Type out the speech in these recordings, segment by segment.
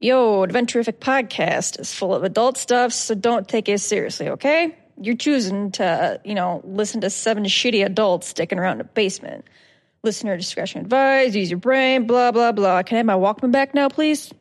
Yo, Adventurific Podcast is full of adult stuff, so don't take it seriously, okay? You're choosing to, you know, listen to seven shitty adults sticking around in a basement. Listener discretion advised, use your brain, blah, blah, blah. Can I have my Walkman back now, please?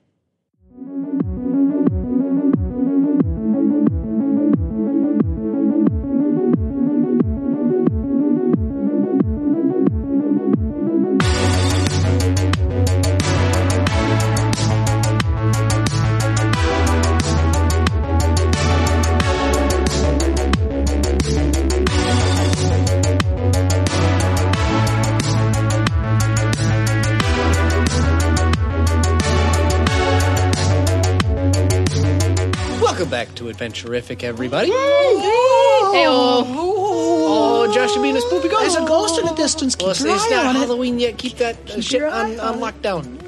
Welcome back to Adventurific, everybody. Hey, Oh, Josh and being a spoopy ghost. There's a ghost in the distance. Keep Well, it's, your it's eye not on it. Halloween yet. Keep that uh, shit your on, eye on lockdown.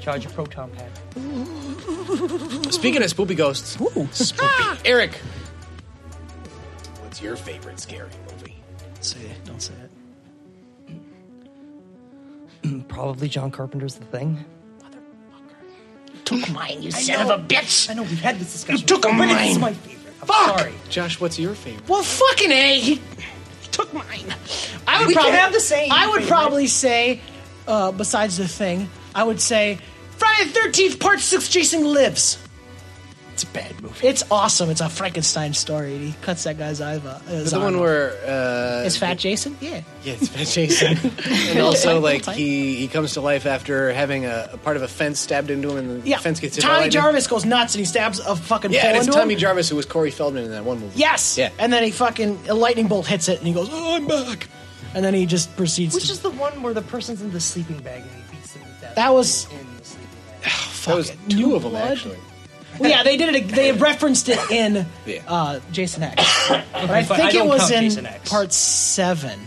Charge a proton pack. Speaking of spoopy ghosts, Ah! spoopy. Eric, what's your favorite scary movie? Don't say it. Don't say it. Probably John Carpenter's The Thing. Took mine, you son of a bitch. I know we had this discussion. You took but mine. It's my favorite. I'm Fuck! sorry. Josh, what's your favorite? Well, fucking a. He took mine. I would We can probably have the same I would favorite. probably say, uh, besides the thing, I would say Friday the Thirteenth Part Six: Jason Lives. It's a bad movie. It's awesome. It's a Frankenstein story. He cuts that guy's eye. Uh, The one where uh, is Fat Jason. Yeah. yeah, it's Fat Jason, and also like he he comes to life after having a, a part of a fence stabbed into him, and the Yeah. fence gets hit by Tommy lightning. Jarvis goes nuts and he stabs a fucking. Yeah, pole and it's into him. Tommy Jarvis who was Corey Feldman in that one movie. Yes. Yeah. And then he fucking a lightning bolt hits it and he goes, "Oh, I'm back." And then he just proceeds. Which to, is the one where the person's in the sleeping bag and he beats them to death. That was- in the sleeping bag. that was it. two New of them Blood? actually. Well, yeah, they did it. They referenced it in Yeah. uh, Jason X. But I but think I it don't was count in Jason X. part seven.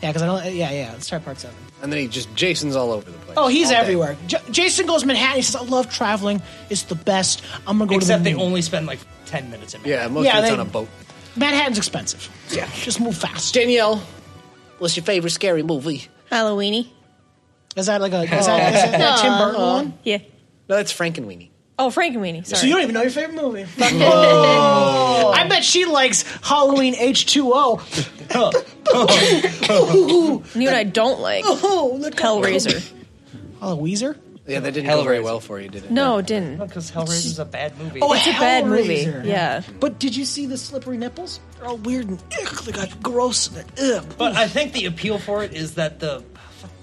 Yeah, because I don't. Yeah, yeah. Let's try part seven. And then he just Jason's all over the place. Oh, he's All day. everywhere. J- Jason goes to Manhattan. He says, "I love traveling. It's the best. I'm gonna go Except to they the moon." only spend like 10 minutes in Yeah, most Yeah, of it's they- on a boat. Manhattan's expensive. Yeah, just move fast. Danielle, what's your favorite scary movie? Halloweeny. Is that like a is that, is that a Tim Burton one? Yeah. No, that's Frankenweenie. Oh, Frankenweenie. Sorry. So you don't even know your favorite movie. I bet she likes Halloween H two O. you know what I don't like? Oh, look, Hellraiser. Hellraiser. Yeah, that didn't go very well for you, did it? No, it didn't. Because Hellraiser's a bad movie. Oh, It's a bad movie. Hellraiser. Yeah. But did you see the slippery nipples? They're all weird and ick. They got gross and they're ick. But I think the appeal for it is that the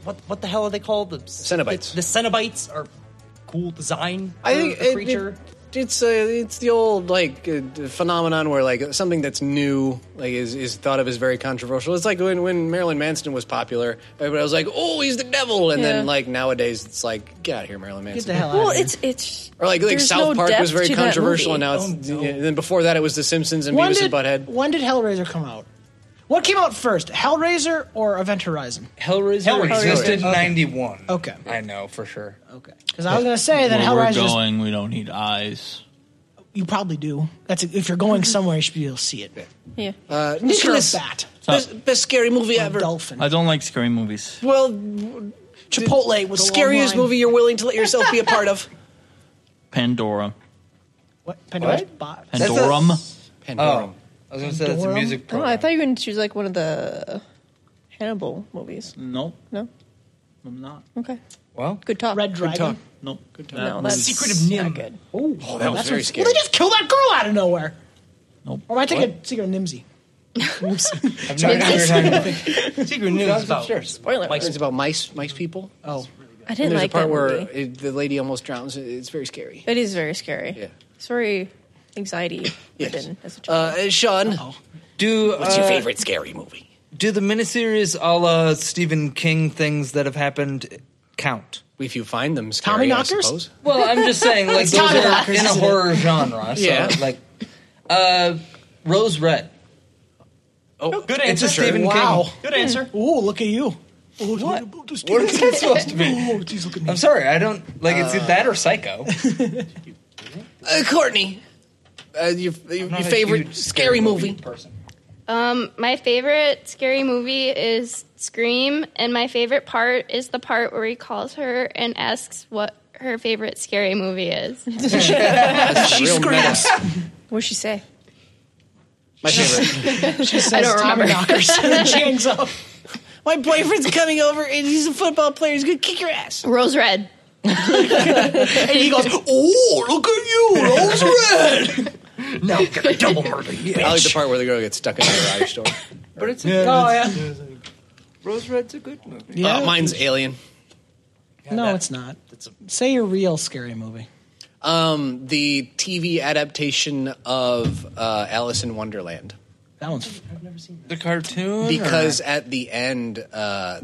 what what the hell are they called? The Cenobites. The, the Cenobites are cool design. I think for a it- creature. it- it's uh, it's the old like uh, phenomenon where like something that's new like is, is thought of as very controversial. It's like when, when Marilyn Manson was popular, everybody was like, "Oh, he's the devil," and Yeah. then like nowadays it's like, "Get out of here, Marilyn Manson." Get the hell out Well, of here. it's it's Or like, like there's South no Park depth was very to that controversial, and movie. now it's yeah, and then before that it was The Simpsons and When Beavis did, and Butthead. when did Hellraiser come out? What came out first, Hellraiser or Event Horizon? Hellraiser, Hellraiser. existed in Okay. 91. Okay. I know for sure. Okay, because I was gonna say that Where we're Hellraiser. is- going, we don't need eyes. You probably do. That's if you're going somewhere, you should be able to see it. Yeah. Uh, Nicholas Nicholas, Bat, best, best scary movie ever. dolphin, I don't like scary movies. Well, Chipotle was the scariest long line. movie you're willing to let yourself be a part of. Pandora. What? Pandora's box. That's a- Pandorum. Pandorum. Oh. I was going to say that's a music Oh, program. I thought you were going to choose like one of the Hannibal movies. Nope, No. I'm not. Okay. well, Good talk. Red Dragon. talk. Nope. Good No, that's Secret of Nim. not good. Oh, that was very Well, scary. they just killed that girl out of nowhere. Nope. Or am I thinking Secret of Nimsy? I've not heard time. Secret Nim is about Spoiler. Mike's- It's about mice, mice people. Oh, I didn't There's like a part that where movie. it, the lady almost drowns. It's very scary. It is very scary. Yeah. It's very anxiety Yes. ridden as a child. Oh. Uh, Sean, Do, what's your uh, favorite scary movie? Do the miniseries a la Stephen King things that have happened count? If you find them scary, Tommy I Knockers? suppose. Well, I'm just saying, like, those Tommy are Knockers, in a isn't it? horror genre. So, Yeah. like, uh, Rose Red. Oh, good It's answer. a Stephen wow. King. Good answer. Ooh, look at you. Oh, What? What is What is that supposed to be? look at me. I'm sorry, I don't like it's that or Psycho. Uh, Courtney, uh, your, your, your favorite scary movie? person. Um, My favorite scary movie is Scream, and my favorite part is the part where he calls her and asks what her favorite scary movie is. She's scraps. What'd she say? My favorite. She says, I don't remember. knockers, and then she hangs up. My boyfriend's coming over and he's a football player. He's gonna kick your ass. Rose Red. And he goes, Oh, look at you, Rose Red. Now get a double murder. I like the part where the girl gets stuck in the garage door. But it's a Oh, yeah. Rose Red's a good movie. yeah. Uh, mine's Alien. no, it's not. It's a, Say your real scary movie. Um, the TV adaptation of uh, Alice in Wonderland. That one's. The cartoon, or- because at the end uh,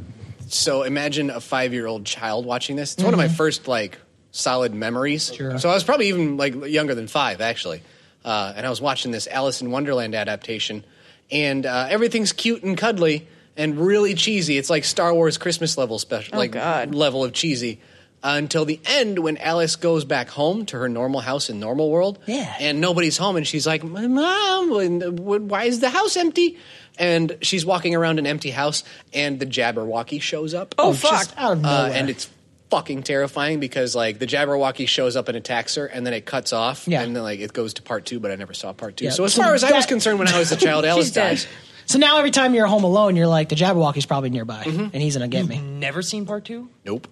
so imagine a five-year-old child watching this it's one of my first like solid memories Sure. so i was probably even like younger than five actually uh, and i was watching this alice in wonderland adaptation and uh, everything's cute and cuddly and really cheesy it's like star wars christmas level special like God. level of cheesy Uh, until the end when alice goes back home to her normal house in normal world Yeah. and nobody's home and she's like my mom when- when- why is the house empty and she's walking around an empty house and the jabberwocky shows up Oh, fuck. just out of nowhere. uh, and it's fucking terrifying because like the jabberwocky shows up and attacks her and then it cuts off Yeah. and then like it goes to part two but i never saw part two Yeah. so as So far as i was that- concerned when i was a child alice She's dead. dies so now every time you're home alone, you're like, the Jabberwocky's probably nearby, Mm-hmm. and he's gonna get me. Never seen part two? nope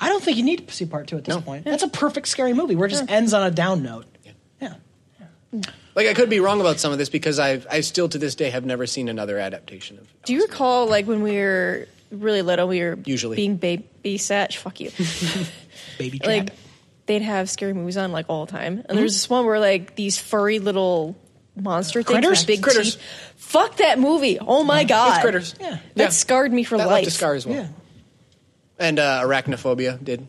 I don't think you need to see part two at this No. point. That's a perfect scary movie where it just ends on a down note. Yeah. like i could be wrong about some of this because i i still to this day have never seen another adaptation of Do you recall, like, when we were really little, we were Usually. being babysat? Fuck you. Baby trap. Like they'd have scary movies on like all the time, and there's this one where like these furry little monster things, Critters? with big Critters. teeth. Fuck that movie. Oh my god. it's critters yeah. That Yeah. scarred me for that life. left a scar as well Yeah. and uh, arachnophobia did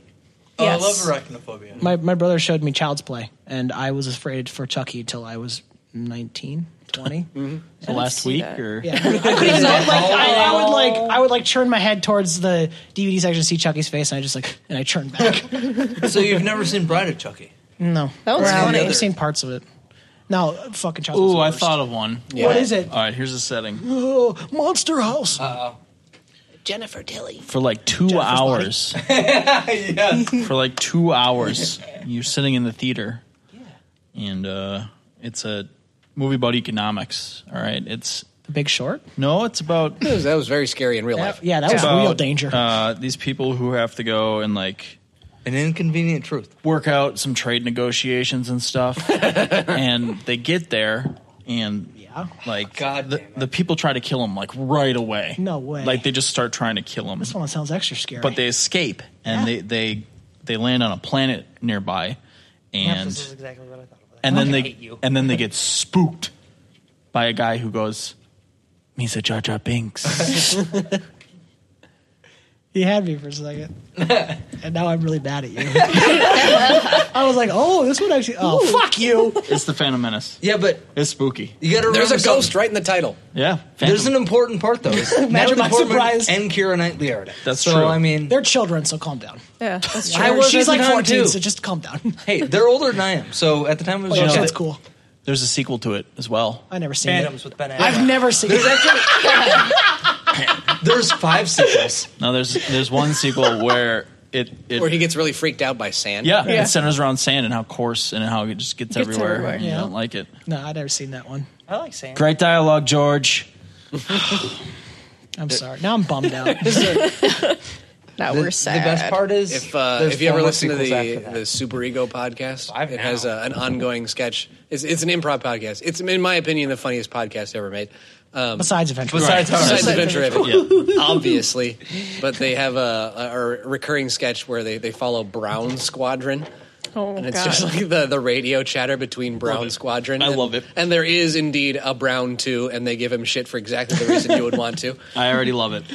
Oh, Yes. I love arachnophobia. My my brother showed me Child's Play, and I was afraid for Chucky till I was 19, 20. Mm. So last week that. or Yeah, I couldn't even- I would like I, I would like I would like turn my head towards the DVD section to see Chucky's face, and I just like and I turn back. so you've never seen Bride of Chucky? no, That one's I've funny. never seen parts of it. No, fucking Child's Play's Ooh, the I worst. thought of one. What is it? All right, here's the setting. Oh, Monster House. Uh, jennifer tilly For like two hours. For like two hours, you're sitting in the theater, and uh, it's a movie about economics. All right, it's the Big Short. no, it's about that was, that was very scary in real life Yeah, that was about, real danger. Uh, these people who have to go and like An inconvenient truth. work out some trade negotiations and stuff. and they get there and yeah. like God the, damn it. the people try to kill him like right away. No way. Like they just start trying to kill him. this one sounds extra scary. But they escape and Yeah. they they they land on a planet nearby and this is exactly what I thought of. and then I they hate you. and then they get spooked by a guy who goes Misa Jar Jar Binks. he had me for a second, and now I'm really bad at you. I was like, oh, this one actually. Oh, fuck you. it's the Phantom Menace. Yeah, but It's spooky. you got to remember there's a something. ghost right in the title Yeah. There's an Phantom. important part though. is Natalie my Portman surprise. and Kira Knightley are in it. That's so, true. I mean, They're children, so calm down. Yeah, that's true. I was She's at like the time, 14, too. so just calm down. hey, they're older than I am. So at the time it was Oh, just so know, it's that- cool. There's a sequel to it as well. I never seen Phantoms it. with Ben Affleck. I've never seen it. there's five sequels. No, there's there's one sequel where it, it where he gets really freaked out by sand yeah, Yeah. it centers around sand and how coarse and how it just gets, Gets everywhere. everywhere. And You Yeah. don't like it. No, I've never seen that one. I like Sam. Great dialogue, George. I'm sorry. Now I'm bummed out. now The, we're sad. the best part is If uh, there's if you ever four more listen to sequels the after that. the Super Ego podcast, Five it now. has uh, an ongoing sketch. It's it's an improv podcast. It's in my opinion the funniest podcast ever made. Um, Besides Adventure. Besides ours. Besides Adventure Raven, Yeah. obviously, but they have a, a, a recurring sketch where they, they follow Brown Squadron, oh and god. it's just like the, the radio chatter between Brown Squadron. I and- love it. And there is indeed a Brown too, and they give him shit for exactly the reason you would want to. I already love it.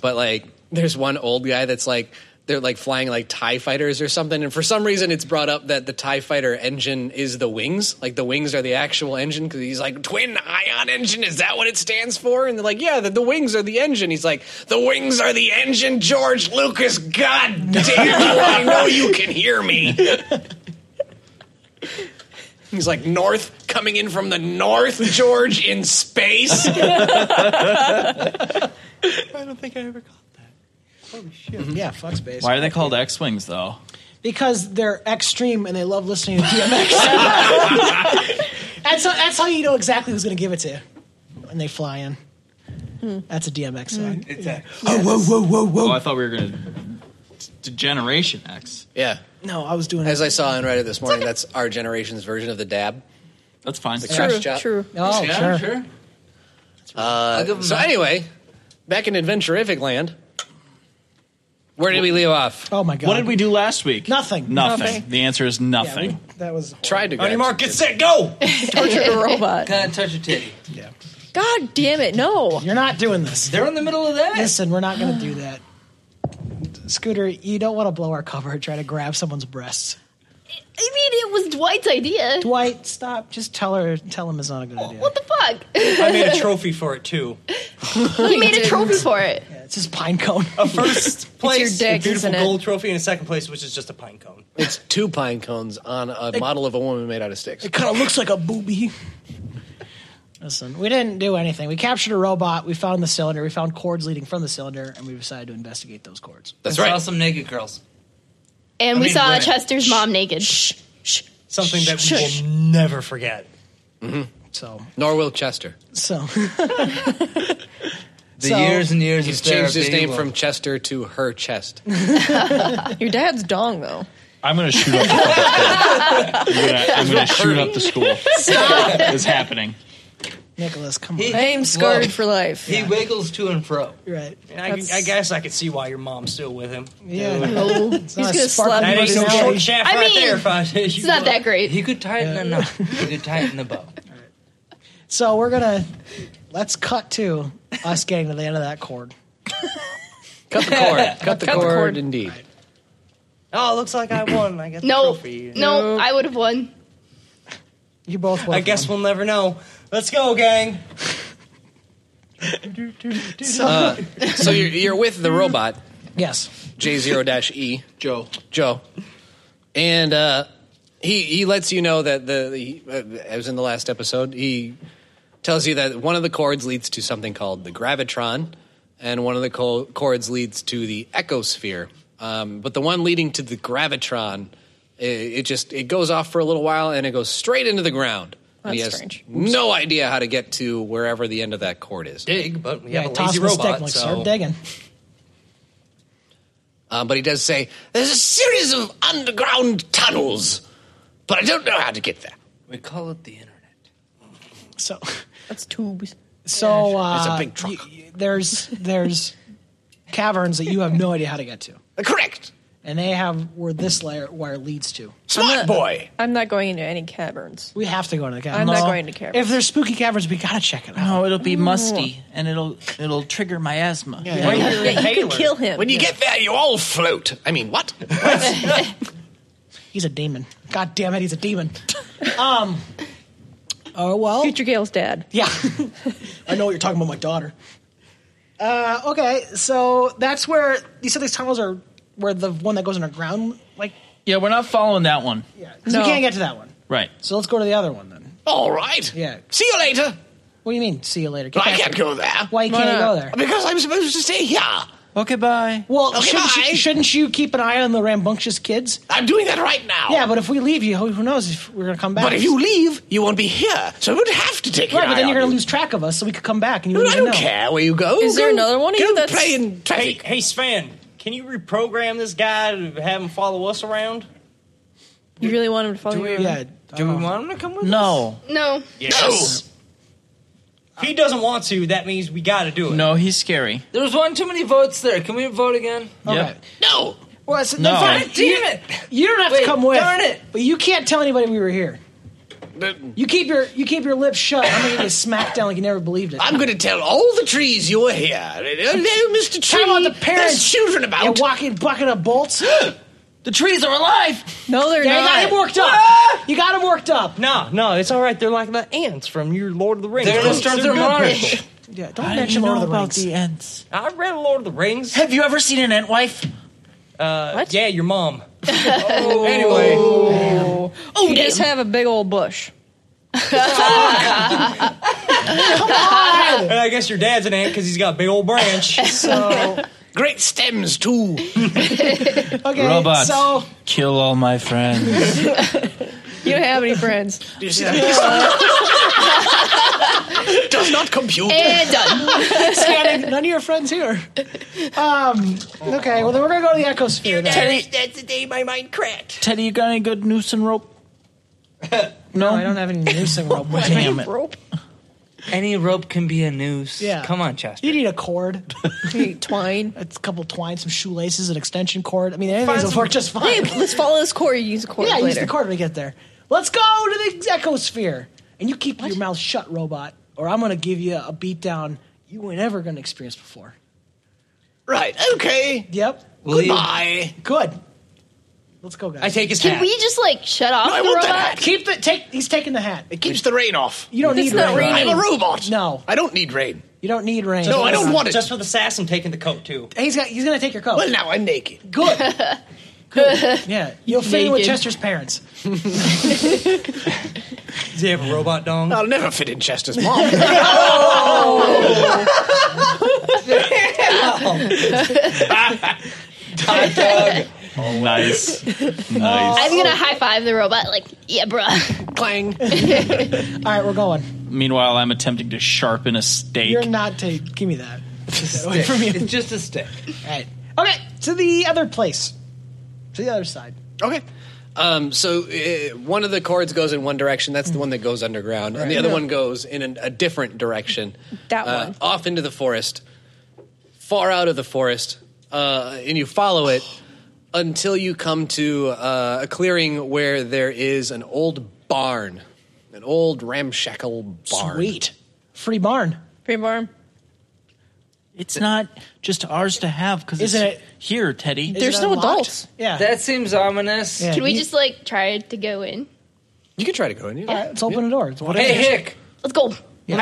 but like there's one old guy that's like they're like flying like tie fighters or something and for some reason it's brought up that the tie fighter engine is the wings like the wings are the actual engine because he's like twin ion engine is that what it stands for and they're like yeah the, the wings are the engine he's like the wings are the engine george lucas god damn you i know you can hear me he's like north coming in from the north george in space Yeah, fuck space. Why are they called X Wings though? because they're extreme and they love listening to DMX. that's, how, that's how you know exactly who's going to give it to you when they fly in. That's a DMX song. It's a, Oh, I thought we were going to. to Generation X. Yeah. No, I was doing As it. I saw on Reddit this morning, that's our generation's version of the dab. That's fine. Crash True, job. true. oh, yeah, sure. sure. Uh, so anyway, back in Adventurific Land, where did we leave off? Oh my god. What did we do last week? Nothing. Nothing. Nothing. The answer is Yeah, nothing. we- that was horrible. Tried to On get your mark, get set, go. Tortured a robot. Gonna touch your titty. Yeah. God damn it, no. You're not doing this. They're in the middle of that. Listen, we're not going to do that. Scooter, you don't want to blow our cover and try to grab someone's breasts. I mean, it was Dwight's idea. Dwight, stop. Just tell her. Tell him it's not a good idea. What the fuck? I made a trophy for it too. he made a trophy for it. It's just pine cone. A first place, dick, a beautiful isn't it? gold trophy, and a second place, which is just a pine cone. It's two pine cones on a model of a woman made out of sticks. It kind of looks like a booby. Listen, we didn't do anything. We captured a robot. We found the cylinder. We found cords leading from the cylinder, and we decided to investigate those cords. That's Saw right. some naked girls. And I we mean, saw women. Chester's mom naked. Something that we will never forget. So, Nor will Chester. so The So- years and years He's of therapy changed his name will- from Chester to her chest. Your dad's dong, though. I'm going to shoot up the fucking school. I'm gonna- I'm going to shoot up the school. It's happening. Nicholas, come on, He- I am scarred Whoa. for life. He wiggles to and fro. You're right? And I, That's- I guess I could see why your mom's still with him. Yeah, No. He's not gonna a spark slap That you. ain't with no his personality. short dick. shaft I right mean, there. If I, It's not that great. He could tighten a knot. He could tighten the bow. So we're gonna let's cut to us getting to the end of that cord. Cut the cord. Cut the cord, indeed. Oh, looks like I won. I got the No, trophy. no, I would have won. You both. I guess One. we'll never know. Let's go, gang. So you're, you're with the robot, Yes. J0-E, Joe. E. Joe. And uh, he, he lets you know that the, he, uh, as in the last episode, he tells you that one of the cords leads to something called the gravitron, and one of the co- cords leads to the ecosphere. Um, but the one leading to the gravitron, it, it just it goes off for a little while and it goes straight into the ground. and he That's has strange. no idea how to get to wherever the end of that cord is. Dig, but we Yeah. have a toss lazy him a stick. robot. and, Like so start digging. Um, but he does say there's a series of underground tunnels, but I don't know how to get there. We call it the internet. So, That's tubes. so uh, It's a big truck. y- y- there's there's caverns that you have no idea how to get to, Correct, and they have where this layer wire leads to. smart boy. uh, I'm not going into any caverns. We have to go into the cavern. I'm not going to caverns. If there's spooky caverns, we gotta check it out. Oh, No, it'll be musty, and it'll it'll trigger miasma. Oh, Yeah, you could kill him. When you get there, you all float. I mean, what? He's a demon. God damn it, he's a demon. um. Oh well. Future Gale's dad. Yeah. I know what you're talking about, my daughter. Uh, okay, so that's where you said these tunnels are where the one that goes underground, like, Yeah, we're not following that one. yeah. 'cause No. we can't get to that one. Right. So let's go to the other one then. all right. Yeah. See you later. What do you mean, see you later? Get I back can't here. go there Why you can't you not? go there? because I'm supposed to stay here. Okay, bye. Well, Okay, shouldn't, bye. you, shouldn't you keep an eye on the rambunctious kids? I'm doing that right now. Yeah, but if we leave you, who who knows if we're going to come back. But if you leave, you won't be here, so I would have to take Right, an but eye then you're on going to you. lose track of us, so we could come back and you But wouldn't I even don't know. care where you go. Is there Go- another one of you Go that's- play in Hey, traffic. hey, Sven, can you reprogram this guy to have him follow us around? You really want him to follow you? Yeah. Do we want him to come with No, No. Yes. If he doesn't want to, that means we got to do it. no, he's scary. There was one too many votes there. Can we vote again? Okay. No. Well, so No. then fine. You- You don't have Wait, to come with. darn it. But you can't tell anybody we were here. You keep your you keep your lips shut. I'm gonna give you a smackdown like you never believed it. I'm going to tell all the trees you were here. Hello, Mr. Tree. How about the parents? There's children about. You're walking bucket of bolts. yeah, The trees are alive. No, they're you got him not. worked up. Ah! You got him worked up. No, no, it's all right. They're like the ants from your Lord of the Rings. They're gonna books. start They're their good people. march. Yeah, don't I didn't mention know Lord of the about Rings. the ants. I read Lord of the Rings. Uh, Have you ever seen an ant wife? What? Yeah, your mom. Anyway, Oh, you just have a big old bush. Oh. and I guess your dad's an ant because he's got a big old branch. so Great stems too. Okay, Robots, so kill all my friends. You don't have any friends. Does not compute. And done. Scanning, none of your friends here. Um, okay, well then we're gonna go to the echo sphere. Then. That's the day my mind cracked. Teddy, you got any good noose and rope? No, I don't have any noose and rope. with me. Damn it. Rope. Any rope can be a noose. Yeah. Come on, Chester. You need a cord, twine. a couple twine, some shoelaces, an extension cord. I mean, anything's will work just fine. Let's follow this core. You use a core Yeah, use later. the cord when we get there. Let's go to the echo sphere, and you keep your mouth shut, robot, or I'm gonna give you a beatdown you were never gonna experience before. Right. Okay. Yep. Will you- Bye. Good. Let's go, guys. I take his Can hat. we just like shut off I the want robot? that hat. keep the take. He's taking the hat. It keeps the rain off. You don't It's need not rain. raining. I'm a robot. No. I don't need rain. You don't need rain. No, I don't want it. Just for the sass, I'm taking the coat too. He's got. He's gonna take your coat. well, now I'm naked. Good. Good. Yeah, you'll fit in with Naked. Chester's parents. Does he have a robot dong? I'll never fit in Chester's mom. Oh, Nice. Uh, nice. I'm gonna high five the robot. Like, yeah, bruh. Clang. All right, we're going. Meanwhile, I'm attempting to sharpen a stake. You're not to give me that. Get that away from you. It's just a stick. All right. Okay, to the other place, to the other side. Okay. Um, so uh, one of the cords goes in one direction. That's the one that goes underground, and the other one goes in an, a different direction. That uh, one. off into the forest, far out of the forest, uh, and you follow it until you come to uh, a clearing where there is an old barn, an old ramshackle barn. Sweet, free barn. Free barn. It's not just ours to have because it's Isn't it- here, Teddy. Is There's it no unlocked? adults. Yeah. That seems ominous. Yeah, Can we you- just like try to go in? You can try to go in. All Yeah. right, let's open the door. It's what Hey, Hick. Let's go. How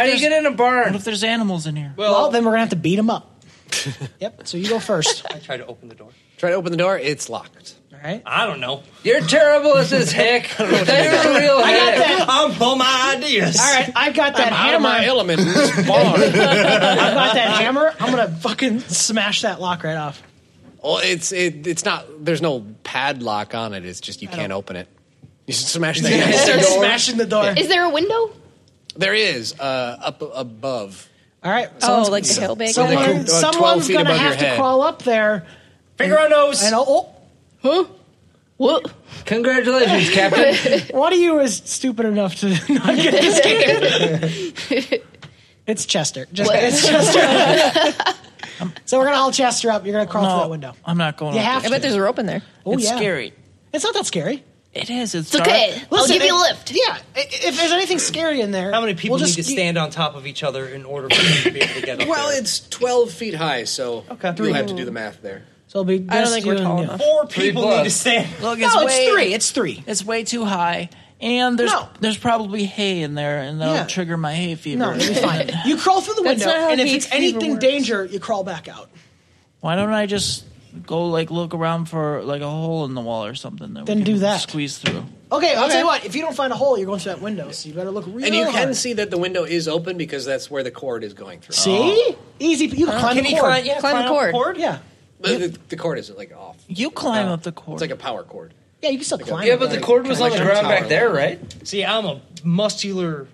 do you get in a What barn? if there's animals in here? Well, then we're gonna have to beat him up. yep. So you go first. I try to open the door. Try to open the door. It's locked. All right. I don't know. You're terrible at this, Hick. That's a real Hick. I'm full my ideas. All right. I've got that Out of my hammer. element in this barn. I've got that hammer. I'm gonna fucking smash that lock right off. Well, it's it, it's not. There's no padlock on it. It's just you can't open it. You should smash the I door. start smashing the door. Is there a window? There is uh, up above. All right. Oh, someone's- like the hill bacon. They Someone, could, uh, 12 someone's feet going to above your have to head. crawl up there. Finger on nose. And oh, Whoa. Congratulations, Captain. oh, one of you is stupid enough to not get this game. it's Chester. Just, it's Chester. Um, so we're going to haul Chester up. You're going to crawl through that window. I'm not going. You up have there. to. I bet there's a rope in there. Oh, it's yeah. scary. It's not that scary. It is. It's, It's dark. okay. I'll Listen, give you a it- lift. Yeah. i- If there's anything scary in there, How many people we'll just need to you- stand on top of each other in order for you to be able to get up Well, there? it's 12 feet high, so Okay. you'll have to do the math there. So it'll be I don't just think you we're and tall you. enough. four people plus. need to stand. Look, it's No, way, it's three. It's three. It's way too high, and there's No. there's probably hay in there, and that'll Yeah. trigger my hay fever. No, it'll be fine. You crawl through the That's window, not how and if heat it's fever anything works. danger, you crawl back out. Why don't I just go like look around for like a hole in the wall or something? That we Then can do that. Squeeze through. Okay, I'll tell you what. If you don't find a hole, you're going through that window, so you better look really And you can hard. see that the window is open because that's where the cord is going through. See? Easy. You can climb Can the he cord. climb? Yeah, Climb the up cord. Yeah. But the, the cord is like off. You climb up the cord. It's like a power cord. Yeah, you can still climb. yeah, it. but the cord was on the ground back there, right? See, I'm a muscular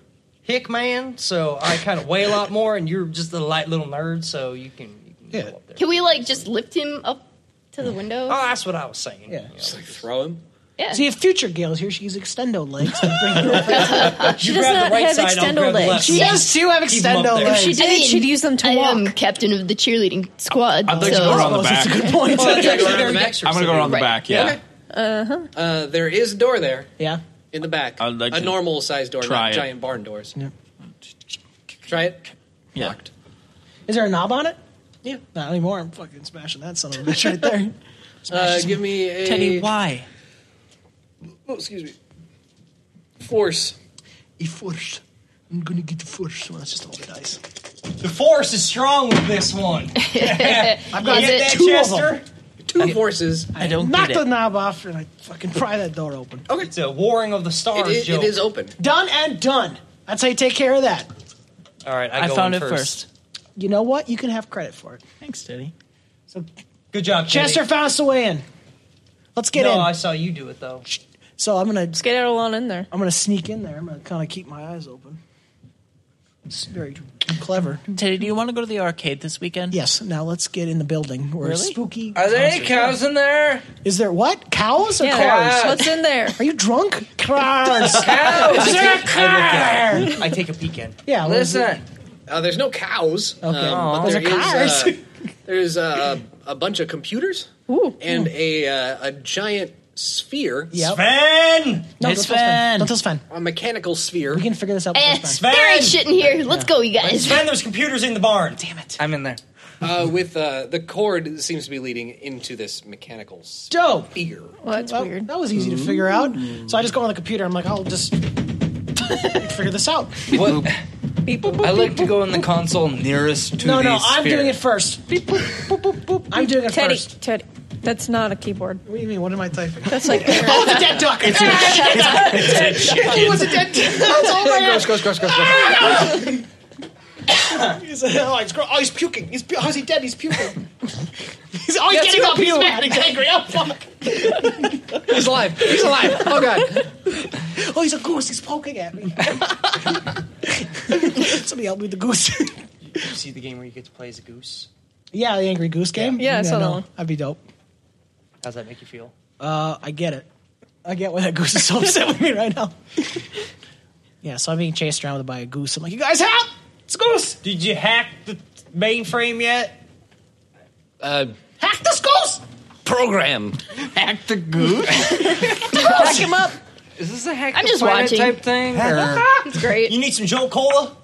hick man, so I kind of weigh a lot more, and you're just a light little nerd, so you can, you can Yeah. go up there. Can we like just lift him up to the window? Oh, that's what I was saying. Yeah. Just like throw him. yeah. See, if future Gail's here, she uses extendo legs. to bring her up. She does not have extendo legs. she does too have Keep 'em up extendo there. legs. She did, she'd use them to I am walk. captain of the cheerleading squad. I'd like to so- go around the That's back. a good point. I'm gonna go around the Right. back. Yeah. Okay. Uh, there is a door there yeah. in the back. I'd like a to normal sized door, try not it. giant barn doors. Try it. Yeah. Is there a knob on it? Yeah. Not anymore. I'm fucking smashing that son of a bitch right there. Uh, give me a Teddy, why? Oh, excuse me. Force. E force. I'm gonna get the force. Well, that's just all the dice. The force is strong with this one. I've got Is it- that That two of Chester, them. Two forces. I don't Knock get the it. knob off, and I fucking pry that door open. it's a warring of the stars It is, joke. it is open. Done and done. That's how you take care of that. All right, I, I go found in it first. You know what? You can have credit for it. Thanks, Teddy. So Good job, Katie. Chester found us a way in. Let's get no, in. I saw you do it though. so I'm gonna Let's get it all on in there. I'm gonna sneak in there. I'm gonna kind of keep my eyes open. It's very clever. Teddy, do you want to go to the arcade this weekend? Yes. Now let's get in the building. We're Really? spooky. Are there any cows in there? Is there what cows or Yeah, cars? what's in there? Are you drunk? Cars. Cows! I look out. I take a peek in. yeah. what is it? Listen, Uh, there's no cows. Okay. Aw. but there Those are is, cars. uh, there's uh, a bunch of computers and a uh, a giant sphere, Yep. Sven! No, It's don't tell Sven. Sven. Don't tell Sven. a mechanical sphere. We can figure this out. Eh, before Sven. there ain't shit in here. Let's go, you guys. Sven, there's computers in the barn. Damn it. I'm in there. uh, with uh, the cord that seems to be leading into this mechanical Dope. sphere. Well, that's Well, weird. That was easy to figure out. So I just go on the computer. I'm like, I'll just figure this out. What? Beep, boop, boop, I like beep, to go in the console nearest to No, the no, I'm sphere. doing it first. Beep, boop, boop, boop, boop. I'm doing it Teddy, first. Teddy, that's not a keyboard. What do you mean? What am I typing? That's like the oh, it's a dead duck. It's a dead duck. It Oh, was a dead duck. That's all I had. goes, goes, goes, goes. He's, oh, he's, gro- oh, he's puking. He's pu- oh, is he dead? He's puking. he's, oh, he's Yes, getting you up. He's puke. mad. He's angry. Oh, fuck. He's alive. He's alive. Oh god. Oh, he's a goose. He's poking at me. Somebody help me with the goose. You see the game where you get to play as a goose? yeah, the angry goose game. Yeah, I saw that no, one. That'd be dope. How's that make you feel? Uh, I get it. I get why that goose is so upset with me right now. yeah, so I'm being chased around by a goose. I'm like, you guys help! It's a goose! Did you hack the mainframe yet? Uh, Hack this goose! program. Hack the goose? back him up. Is this a hack I'm the just planet watching. type thing? Or? It's great. You need some Joe Cola?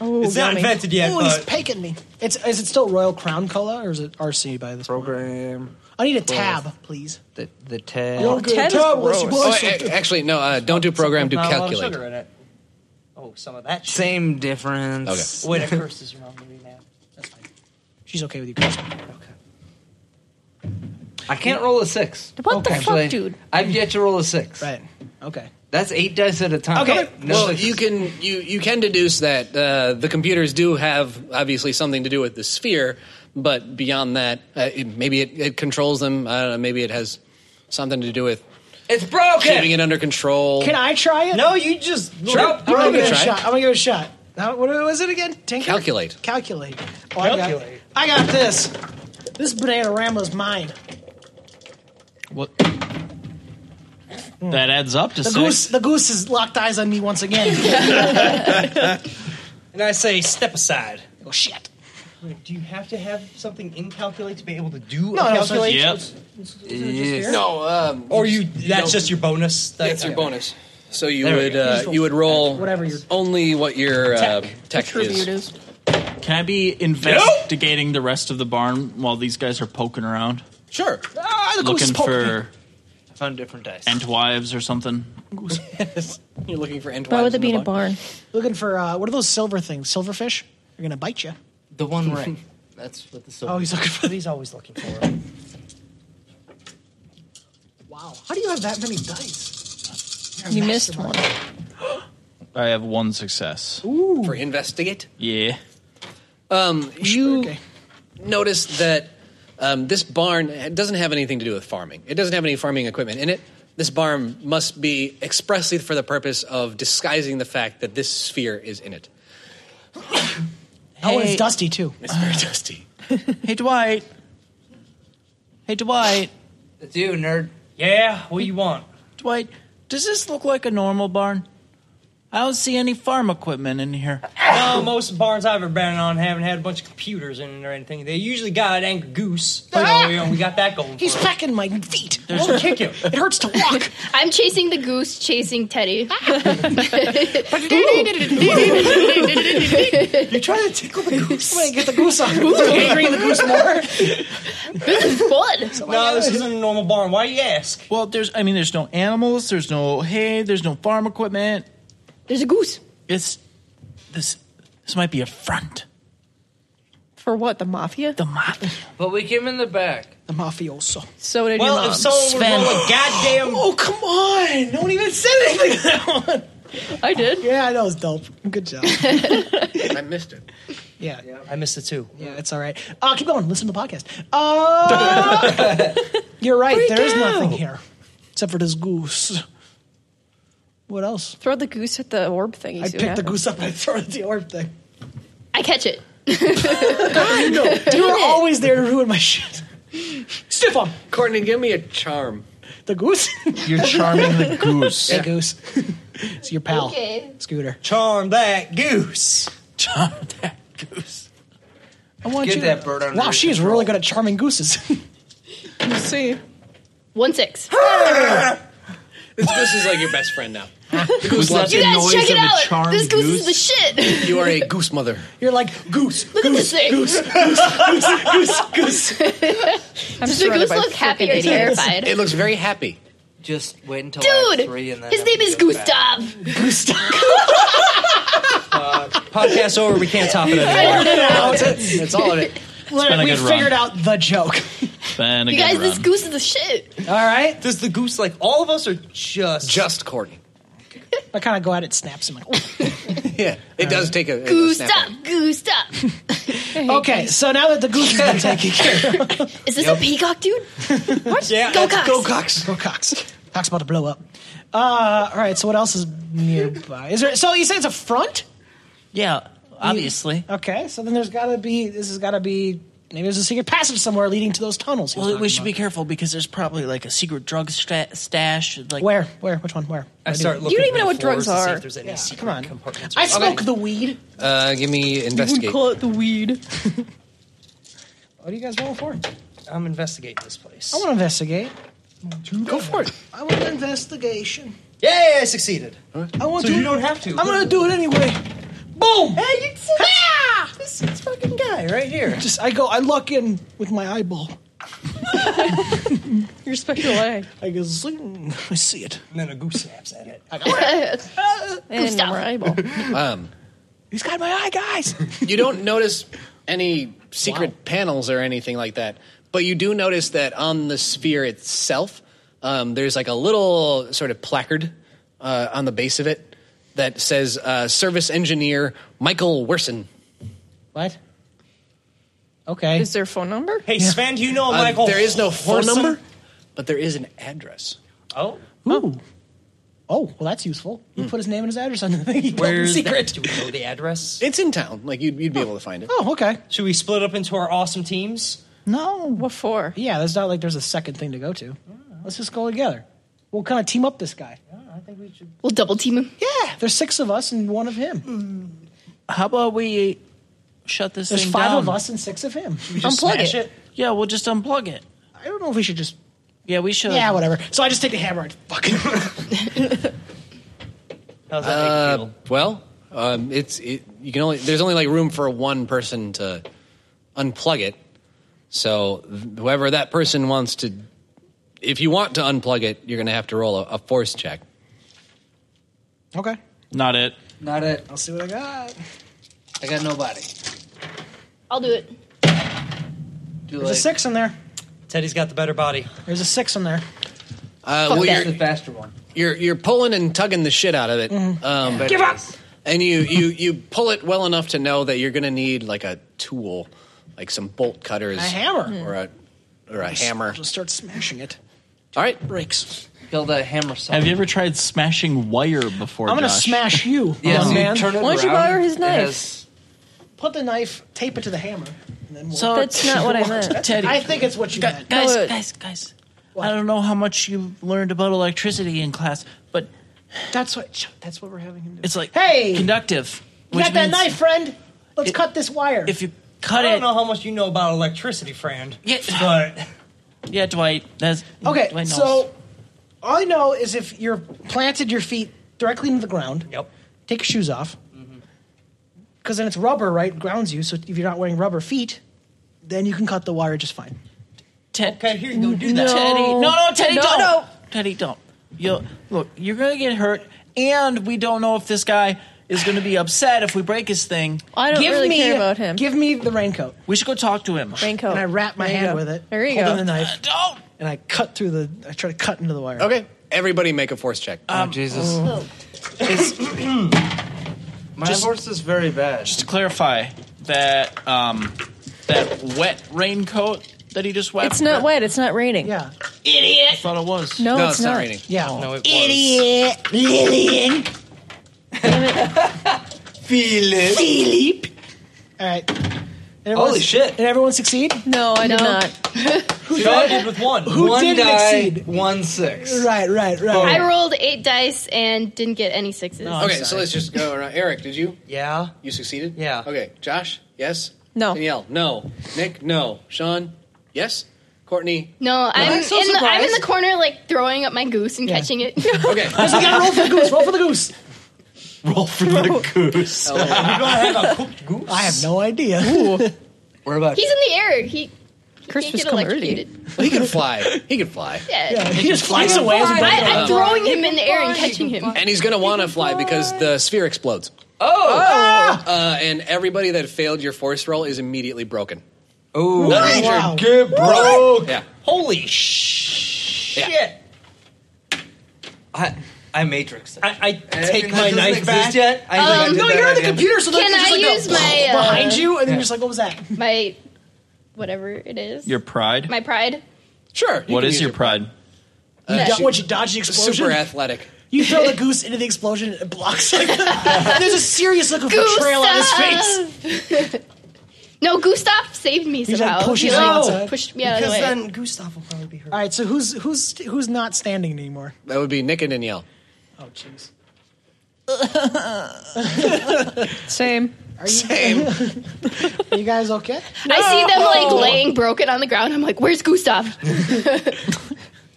Oh, It's not invented yet, Oh, he's but peking me. It's is it still Royal Crown Cola or is it RC by this program? program I need a tab, please. the the tag. Ted is gross. Oh, a- actually, no. Uh, don't do program. Do Not a lot of calculate. sugar in it. Oh, some of that shit. Same difference. Okay. Wait, I cursed is wrong movie now. That's fine. She's okay with you, Chris. I can't roll a six. What the fuck, Actually, dude? I've yet to roll a six. Right. Okay. That's eight dice at a time. Okay. No well, sixes. you can you you can deduce that uh, the computers do have obviously something to do with the sphere, but beyond that, uh, it, maybe it, it controls them. I don't know. Maybe it has something to do with It's broken. keeping it under control. Can I try it? No, Oh, you just. Sure. I'm gonna I'm give it a gonna try shot. it. I'm gonna give it a shot. Now, what was it again? Tinker? Calculate. Calculate. Oh, I got- Calculate. I got, this. This banana rama's mine. What? That adds up to The six. goose. The goose has locked eyes on me once again. And I say, step aside. oh shit. Do you have to have something in calculate to be able to do No, a no, so- calculate? Yep. Yes. No, Oh, um, Or you? That's No. just your bonus. that's your okay. bonus. So you There we would go. uh, you would roll Whatever your- only what your tech, uh, tech is. Tribute is. Can I be investigating the rest of the barn while these guys are poking around, Sure. Ah, the goose is looking poking me. for Found different dice. entwives or something? You're looking for entwines. Why would they in be in the a barn? Looking for uh, what are those silver things? Silverfish? They're gonna bite you. the one ring. That's what the Oh, silver. he's looking for. But he's always looking for it. Wow. How do you have that many dice? You missed one. I have one success. For investigate. Yeah. Um, you Okay. notice that um, this barn doesn't have anything to do with farming. It doesn't have any farming equipment in it. This barn must be expressly for the purpose of disguising the fact that this sphere is in it. Oh, it's dusty too. It's very dusty. Hey, Dwight. Hey, Dwight. It's you, nerd. Yeah. What do you want? Dwight, does this look like a normal barn? I don't see any farm equipment in here. Um, No, most barns I've ever been on haven't had a bunch of computers in it or anything. They usually got an angry goose. You Ah! know, you know, we got that going. He's for us. pecking my feet. We'll kick him. It hurts to walk. I'm chasing the goose, chasing Teddy. You're trying to tickle the goose. I'm gonna get the goose on. Angry the goose more. this is fun. No, this isn't a normal barn. Why you ask? Well, there's, I mean, there's no animals, there's no hay, there's no farm equipment. There's a goose. It's, this, this might be a front. For what? The mafia? The mafia. But we came in the back. The mafioso. So did your Well, mom. if someone Sven. would roll a goddamn Oh come on! No one even said anything to that one. I did. Yeah, that was dope. Good job. I missed it. Yeah. I missed the two. Yeah, it's all right. Uh, keep going. Listen to the podcast. Uh, you're right. There is nothing here except for this goose. What else? Throw the goose at the orb thingy. I picked the goose up and I throw it at the orb thing. I catch it. God, no. You were always there to ruin my shit. Stiff on Courtney, give me a charm. the goose. You're charming the goose. Hey, goose. it's your pal, Okay. Scooter. Charm that goose. Charm that goose. I want Get you. that bird under wow, she is really good at charming gooses. See, One six. This goose is like your best friend now. Who's that You the guys noise check of it a out. charmed This goose, is the goose? shit. You are a goose mother. You're like goose. Look at this thing. Goose, I'm Does the surrounded goose by look happy or freaking idiots. terrified? It looks very happy. Just wait until I have Dude, three and then his have to name is go back. Gustav. Podcast over. We can't top it anymore. That's it. That's all of it. been a we good run. figured out the joke. Been a You good guys, this run. goose is the shit. All right. Does the goose like all of us or just Just Courtney. I kind of go at it, snaps him. Like, Yeah, it does take a, a snap. Gustav, Gustav. okay, so now that the goose has been taken care of, Is this a peacock, dude? What? Yeah, go that's- Cox. Go Cox. go Cox. Cox about to blow up. Uh, all right. So what else is nearby? Is there? So you say it's a front? yeah, obviously. Okay. So then there's got to be. This has got to be. Maybe there's a secret passage somewhere leading to those tunnels. he was Well, we talking should be about. careful because there's probably like a secret drug sta- stash. Like Where? Where? Which one? Where? I start looking. You don't even know through what the drugs floors to see are. if there's any Yeah, secret come on. compartments. I smoke the weed. Uh, give me investigate. it the weed. What are you guys rolling for? I I'm investigating this place. want to investigate. Go for it. I want an investigation. Yay! I succeeded. I want So to. you don't have to. I'm gonna do it anyway. Boom! Hey, you see this, this, this fucking guy right here. Just I go. I luck in with my eyeball. Your special eye. I go zing. I see it. And then a goose snaps at it. Uh, And our eyeball. Um, He's got my eye, guys. you don't notice any secret panels or anything like that, but you do notice that on the sphere itself, um, there's like a little sort of placard uh, on the base of it that says uh, "Service Engineer Michael Werson." what? Okay. Is there a phone number? Hey, Sven, do you know Uh, Michael? there is no phone Horson? number, but there is an address. Oh, Ooh. Oh, well, that's useful. You put his name and his address on the thing. He told the where's secret. that? Do we know the address? It's in town. Like you'd, you'd be able to find it. Oh, okay. Should we split up into our awesome teams? No. What for? Yeah, there's not like there's a second thing to go to. Let's just go together. We'll kind of team up this guy. We'll double team him. Yeah, there's six of us and one of him. How about we shut this There's thing five down? of us and six of him. Unplug it. Yeah, we'll just unplug it. I don't know if we should just. Yeah, we should. Yeah, whatever. So I just take the hammer and fucking. How's that make Uh, you feel? well, um, it's it, you can only there's only like room for one person to unplug it. So whoever that person wants to, if you want to unplug it, you're going to have to roll a, a force check. okay. Not it. Not it. I'll see what I got. I got nobody. I'll do it. Do There's a six in there. Teddy's got the better body. There's a six in there. Uh, well, That's you're, the faster one. you're you're pulling and tugging the shit out of it. Um, Give up. and you you you pull it well enough to know that you're going to need like a tool, like some bolt cutters, A hammer. Mm. or a or a hammer. Just start smashing it. All right, Breaks. Build a hammer saw. Have you ever tried smashing wire before? I'm gonna Josh? smash you, Yeah, young so you man. turn it Why don't you around, borrow his it knife? has- Put the knife, tape it to the hammer, and then we'll. So That's not what I meant. Teddy, I think it's what you Gu- meant. guys, No, it- guys, guys. I don't know how much you learned about electricity in class, but That's what. That's what we're having him do. it's like Hey! conductive. You got that means knife, friend. Let's It- cut this wire. If you cut I don't it, know how much you know about electricity, friend. Yeah. But yeah, Dwight. That's okay, Dwight knows. so all I know is if you're planted your feet directly into the ground, yep. take your shoes off, because then it's rubber, right? Grounds you. So if you're not wearing rubber feet, then you can cut the wire just fine. Ted, Okay, here you go. Do that. Teddy, no, no, Teddy, No. don't, no. Teddy, don't. You look, you're gonna get hurt, and we don't know if this guy is gonna be upset if we break his thing. I don't give really me, care about him. Give me the raincoat, We should go talk to him. Raincoat. and I wrap my There you hand go. with it, There you holding go. the knife, Don't. and I cut through the. I try to cut into the wire. okay, everybody make a force check. Oh, Jesus. My horse is very bad. Just to clarify, that um, that wet raincoat that he just wet? It's not wet. It's not raining. Yeah. I thought it was. No, it's, not. Yeah. No, it Idiot, Lillian. Philip. Philip. All right. Did everyone- Holy shit. Did everyone succeed? No, I did not. was. She only did with one. Who one didn't die, exceed? one six. Right, right, right. I rolled eight dice and didn't get any sixes. No. I'm Okay, so sorry. let's just go around. Eric, did you? Yeah. You succeeded? Yeah. Okay, Josh? Yes? No. Danielle? No. Nick? No. Sean? Yes? Courtney? No, I'm, so in the, I'm in surprised. the corner, like throwing up my goose and catching it. Okay. You gotta roll for the goose. Roll for the goose. Roll for the goose. You gonna have a cooked goose? I have no idea. We're about He's in the air. He, he Christmas can't get come electrocuted. he can fly. He can fly. Yeah. He just flies away as a I, butterfly. I'm throwing him in the air and catching him. And he's going to want to fly because the sphere explodes. Oh! Ah! Uh, and everybody that failed your force roll is immediately broken. Ooh, Wow. get broke. Yeah. Holy shit. I, I matrixed. it. I, I take That my doesn't knife exist back. yet. I Um, think I did No, that you're on the idea. computer, so Can they're I just like use go my uh, behind you, and then you're just like, "What was that?" my whatever it is? Your pride. my pride. Sure. you what can is use your pride? You Uh, do- what? You dodge the explosion. Super athletic. You throw the goose into the explosion, and it blocks. Like, there's a serious look of betrayal on his face. no, Gustav saved me He's somehow. like pushes he you like, outside. pushed me out of Because the way. then Gustav will probably be hurt. All right, so who's who's who's not standing anymore? That would be Nick and Danielle. Oh, jeez. Same. Same. Are you guys okay? I see them like laying broken on the ground. I'm like, where's Gustav?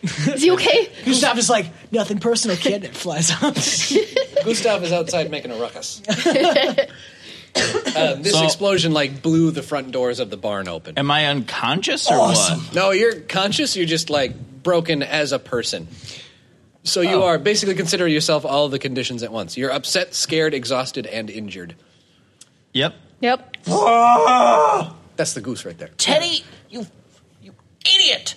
is he okay? Gustav is like nothing personal, kid. It flies up. Gustav is outside making a ruckus. Uh, this So- explosion like blew the front doors of the barn open. Am I unconscious or what? No, you're conscious. You're just like broken as a person. So Oh. you are basically consider yourself all the conditions at once. You're upset, scared, exhausted, and injured. Yep. Yep. That's the goose right there. Teddy, you, you idiot.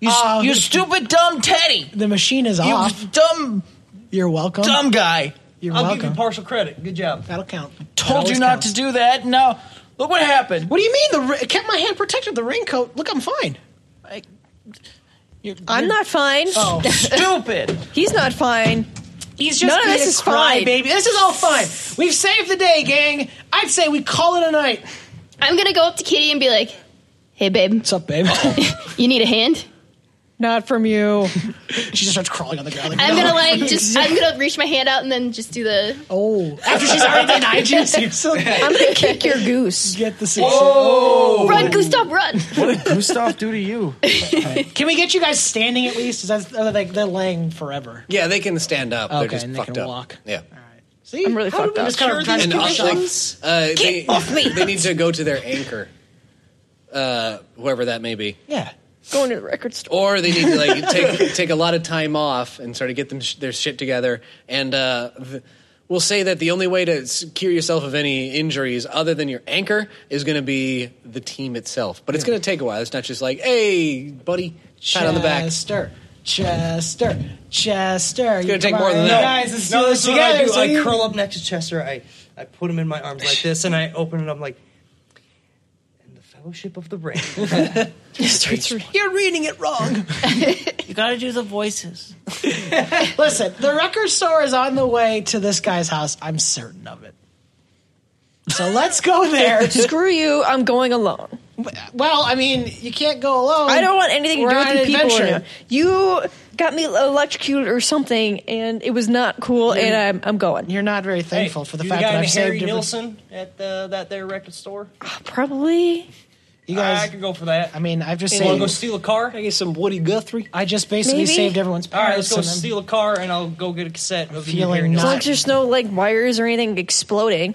You, s- you stupid, dumb Teddy. Uh, the machine is You off. dumb, You're welcome. dumb guy. You're I'll give welcome. you partial credit. Good job. That'll count. Told you not to do that. Now look what happened. What do you mean? The ra- it kept my hand protected. with The raincoat. Look, I'm fine. I'm not fine. Stupid. He's not fine. Oh. He's just None of being this a is cry fine. baby. This is all fine. We've saved the day, gang. I'd say we call it a night. I'm gonna go up to Kitty and be like, hey babe, What's up, babe? you need a hand? Not from you. she just starts crawling on the ground. Like, I'm no. gonna like just I'm gonna reach my hand out and then just do the Oh, after she's already denied you, so you still I'm gonna kick your goose. get the success. run, Gustav, run. What did Gustav do to you? Can we get you guys standing at least? Is that uh, like they're laying forever? Yeah, they can stand up. They're Okay, just and they fucked can up. walk. Yeah. See, I'm really How do fucked we up. just kind of- kind And of uh, like, uh, they, they need to go to their anchor, uh, whoever that may be, yeah. Going to the record store. or they need to like take take a lot of time off and sort of get them sh- their shit together. And uh, th- we'll say that the only way to s- cure yourself of any injuries other than your anchor is going to be the team itself. But it's going to take a while. It's not just like, hey, buddy, pat on the back. Chester, Chester, Chester. It's gonna take more than that. Guys, let's No, do this this is what I together. do. so I you- curl up next to Chester. I, I put him in my arms like this, and I open it up like, and the Fellowship of the Ring. You're reading it wrong. You gotta do the voices. Listen, the record store is on the way to this guy's house. I'm certain of it. So let's go there. Screw you. I'm going alone. well, I mean, you can't go alone. I don't want anything to We're do on with you an people. adventure. right now. You got me electrocuted or something, and it was not cool. and I'm I'm going. You're not very thankful for the you fact the guy that in I've the Harry saved every- Nilsson at the, that there record store. Probably. you I guys. could go for that. I mean, I've just you want to go saved. steal a car? All Some Woody Guthrie. I just basically Maybe? saved everyone's right, let's parents. go and I'm- steal a car, and I'll go get a cassette of the new Feeling Harry As not- Nilsson. long as there's no like wires or anything exploding.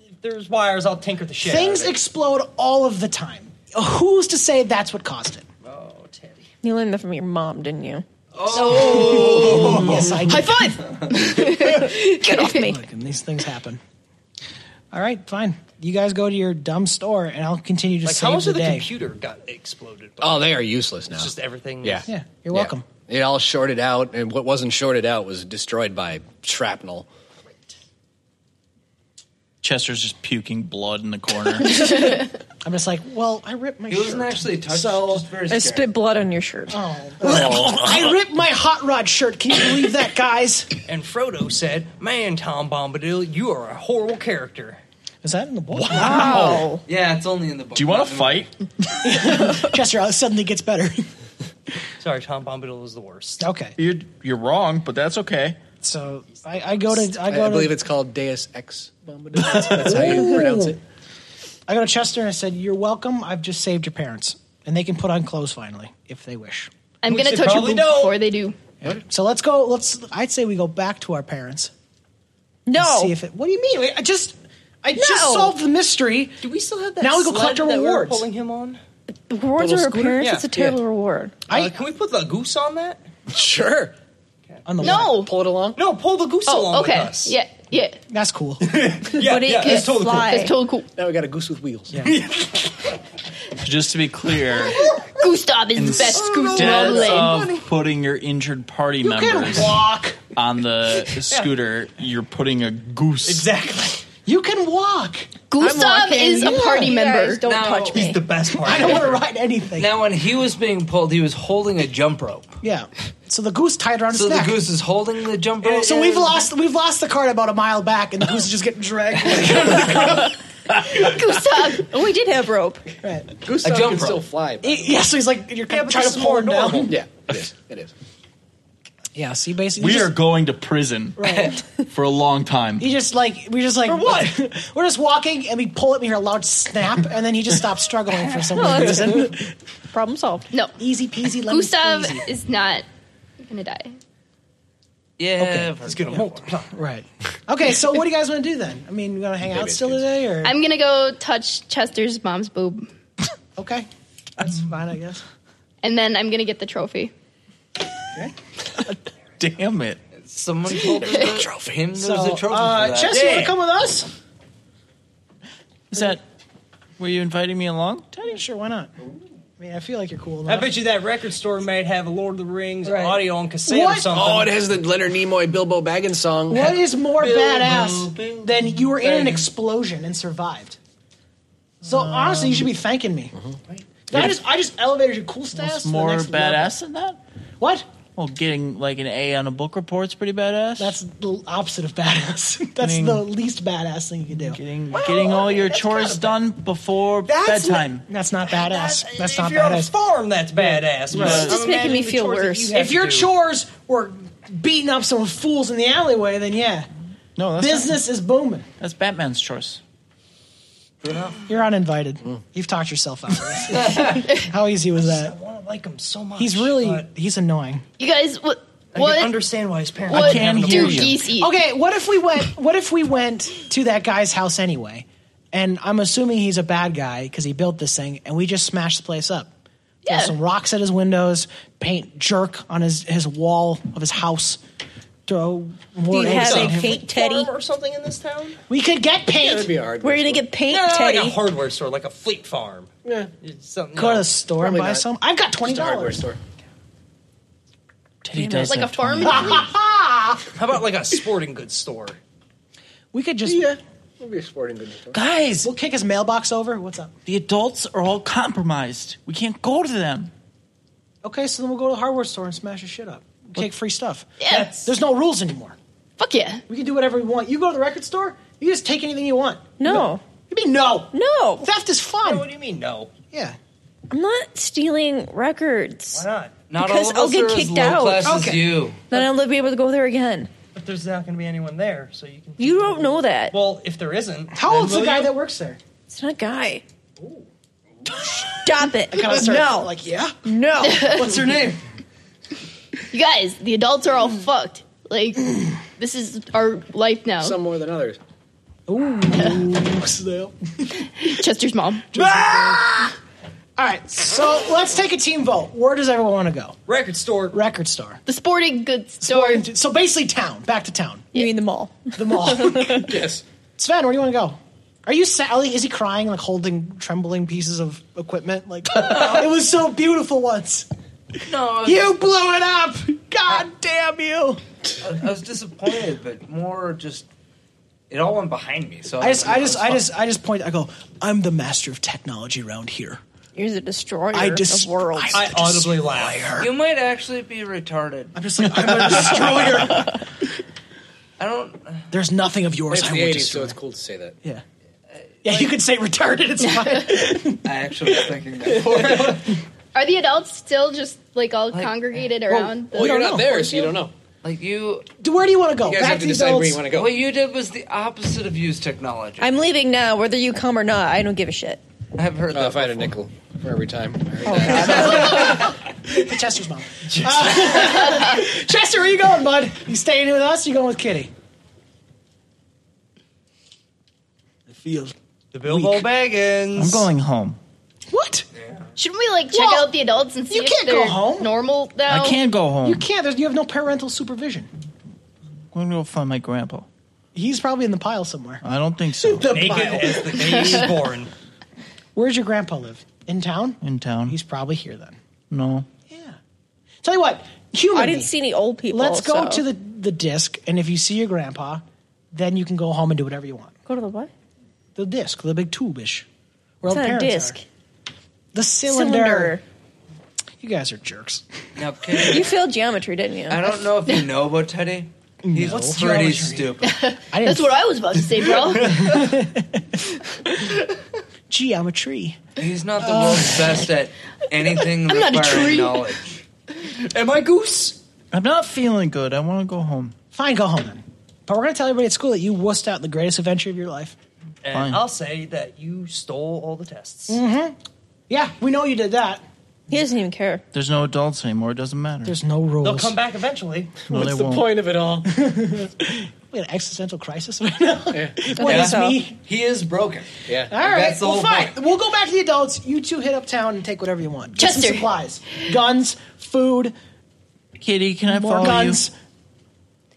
If there's wires, I'll tinker the shit. Things out of it. explode all of the time. Who's to say that's what caused it? oh, Teddy. You learned that from your mom, didn't you? Yes, I did. Get off me. Look, and these things happen. All right, fine. You guys go to your dumb store, and I'll continue to Like, save how much the of the day. computer got exploded? By? Oh, they are useless now. It's just everything. Yeah. was- Yeah, you're welcome. It all shorted out, and what wasn't shorted out was destroyed by shrapnel. Chester's just puking blood in the corner. I'm just like, well, I ripped my. He wasn't actually touched. So I spit blood on your shirt. Oh. I ripped my hot rod shirt. Can you believe that, guys? And Frodo said, "Man, Tom Bombadil, you are a horrible character." Is that in the book? Oh. Wow. Yeah, it's only in the book. Do you want to fight? Chester uh, suddenly gets better. Sorry, Tom Bombadil is the worst. Okay. You're you're wrong, but that's okay. So I, I go to I I, go I to believe it's called Deus Ex Bombadil. That's, that's how you pronounce it. I go to Chester and I said, "You're welcome. I've just saved your parents, and they can put on clothes finally if they wish." I'm Which gonna they touch your probably boob don't. before they do. So let's go. Let's. I'd say we go back to our parents. No. and See if it. What do you mean? Wait, I just. I just solved the mystery. Do we still have that? Now we go collect sled our that we're rewards. Pulling him on. The rewards are scooter? appearance. Yeah, It's a terrible reward. Uh, can we put the goose on that? Sure. On the wall. No. Pull it along. No, pull the goose along Oh, with okay. us. Yeah, yeah. That's cool. yeah, But it yeah, can that's totally cool. fly. That's totally cool. Now we got a goose with wheels. Yeah. Just to be clear, Gustav is the best goose in all the instead land. of putting your injured party members walk. on the scooter, you're putting a goose. Exactly. You can walk. Gustav is a party member. Guys, don't Now- touch He's me. the best part. I don't want to ride anything. Now, when he was being pulled, he was holding a jump rope. Yeah. So the goose tied around So his the neck. goose is holding the jump rope. so we've lost we've lost the cart about a mile back, and the goose is just getting dragged. Gustav. oh, we did have rope. right. Goose A jump can rope. still fly. but- It- yeah. So he's like, you're but trying this to is pull more him down. normal. Yeah, it is. It is. Yeah. See, basically, We you are just- going to prison for a long time. He just like we just like what? we're just walking and we pull it and we hear a loud snap and then he just stops struggling for some No, that's- reason. Problem solved. No. Easy peasy lemon Gustav squeezy. is not gonna die. Yeah, Okay. I've heard It's gonna that. multiply. Right. Okay, so what do you guys want to do then? I mean, we gonna hang out Baby still kids. today or I'm gonna go touch Chester's mom's boob, okay? That's fine, I guess. and then I'm gonna get the trophy. Damn it. Someone told him the trophy. Him there was a So, trophy. uh, for that. Chess, you want to come with us? Is that. Were you inviting me along? Teddy, sure, why not? I mean, I feel like you're cool I enough. bet you that record store might have a Lord of the Rings Right. audio on cassette What? or something. Oh, it has the Leonard Nimoy Bilbo Baggins song. what is more Bilbo, badass Bilbo, than you were in an Bilbo. explosion and survived? So honestly, you should be thanking me. I just I just elevated your cool status. to the Mm-hmm. What's more next level. badass than that? What? Well, getting like an A on a book report's pretty badass. That's the opposite of badass. That's Getting- the least badass thing you can do. getting getting all your chores done before That's bedtime. That's not badass. That's, if not you're on a badass. farm, that's badass. But It's I'm just making me imagining the feel chores that worse. you have If your to do. chores were beating up some fools in the alleyway, then yeah, no, that's not- business is booming. that's Batman's chores. You're uninvited. Mm. You've talked yourself out. of this. How easy was I that? want to like him so much. He's really but he's annoying. You guys, what? I What? can understand why his parents. what can't do hear you. geese eat? Okay, what if we went? What if we went to that guy's house anyway? And I'm assuming he's a bad guy because he built this thing, and we just smashed the place up. Throw Yeah. some rocks at his windows, paint jerk on his his wall of his house. Throw more you eggs have on a him. paint Teddy? Farm or something in this town? We could get paint. That'd be hard. We're gonna get paint No, no, like Teddy. a hardware store, like a Fleet Farm. Yeah, something. Go you to know. the store and Probably buy not. some. I've got twenty It's a hardware dollars. store. Teddy does Like a have farm. How about like a sporting goods store? We could just Yeah, it'll be a sporting goods store. Guys, we'll kick his mailbox over. What's up? the adults are all compromised. We can't go to them. Okay, so then we'll go to the hardware store and smash his shit up. Take free stuff. Yeah. There's no rules anymore. Fuck yeah. We can do whatever we want. You go to the record store, you just take anything you want. No. You mean no? No. Theft is What fun. do you mean? No, Yeah. I'm not stealing records. why not? Not Because all I'll of us get are kicked as low out. Class as Okay. you. Then I'll never be able to go there again. But there's not going to be anyone there, so you can. You don't know that. Well, if there isn't, How then old's the will guy you? that works there? It's not a guy. Stop it. Kinda starts no. Like, yeah. no. What's her name? You guys, the adults are all fucked. Like, this is our life now. Some more than others. All Chester's mom. right. So let's take a team vote. Where does everyone want to go? record store? Record store. The sporting goods store. So basically, town. Back to town. You mean the mall? The mall. Yes. Sven, where do you want to go? Are you Sally? Is he crying, like holding trembling pieces of equipment? Like it was so beautiful once. No, I You blew it up. God damn you! was, I was disappointed, but more just It all went behind me. So I just, I it just, was I fun. just, I just point. I go. I'm the master of technology around here. You're the destroyer I dis- of worlds. I audibly laugh. You might actually be retarded. I'm just like I'm a destroyer. I don't. There's nothing of yours It's I the will 80s, destroy. so it's cool to say that. yeah, yeah. you could say retarded. It's fine. I actually was thinking that. For Are the adults still just like all Like, congregated well, around? the Well, you're No, not no. there, so you don't know. like you, Do- Where do you want to go? You guys Back have to to the decide where adults. you want to go. what you did was the opposite of use technology. I'm leaving now, whether you come or not. I don't give a shit. I've heard Uh, that. if I had a before. nickel for every time. Chester's mom. Uh, Chester, where you going, bud? You staying with us? Or you going with Kitty? It feels. The Bilbo Baggins. I'm going home. What? Shouldn't we like check Well, out the adults and see you if can't they're go home. normal though? I can't go home. You can't. There's, you have no parental supervision. I'm going to go find my grandpa. He's probably in the pile somewhere. I don't think so. The naked pile. as the day he's born. Where's your grandpa live? In town? In town. He's probably here then. no. Yeah. Tell you what, human. I didn't me. see any old people. Let's go so- to the the disc, and if you see your grandpa, then you can go home and do whatever you want. go to the what? The disc, the big tube-ish. Where all It's the not a parents disc. are. The cylinder. Cylinder. You guys are jerks. Now, Kenny, You failed geometry, didn't you? I don't know if you know about Teddy. He's What's pretty geometry? stupid. I didn't That's what I was about to say, bro. geometry. He's not Oh. the world's best at anything I'm not a tree. requiring knowledge. Am I goose? I'm not feeling good. I want to go home. Fine, go home then. But we're gonna tell everybody at school that you wussed out the greatest adventure of your life. And Fine. I'll say that you stole all the tests. Yeah, we know you did that. He doesn't even care. There's no adults anymore. It doesn't matter. There's no rules. They'll come back eventually. no, they What's the won't. point of it all? We had an existential crisis right now. What Yeah. is me? He is broken. Yeah. All right, That's the well, whole fine. point. We'll go back to the adults. You two hit uptown and take whatever you want. Just some Chester. supplies, guns, food, Kitty, can I more follow guns. you?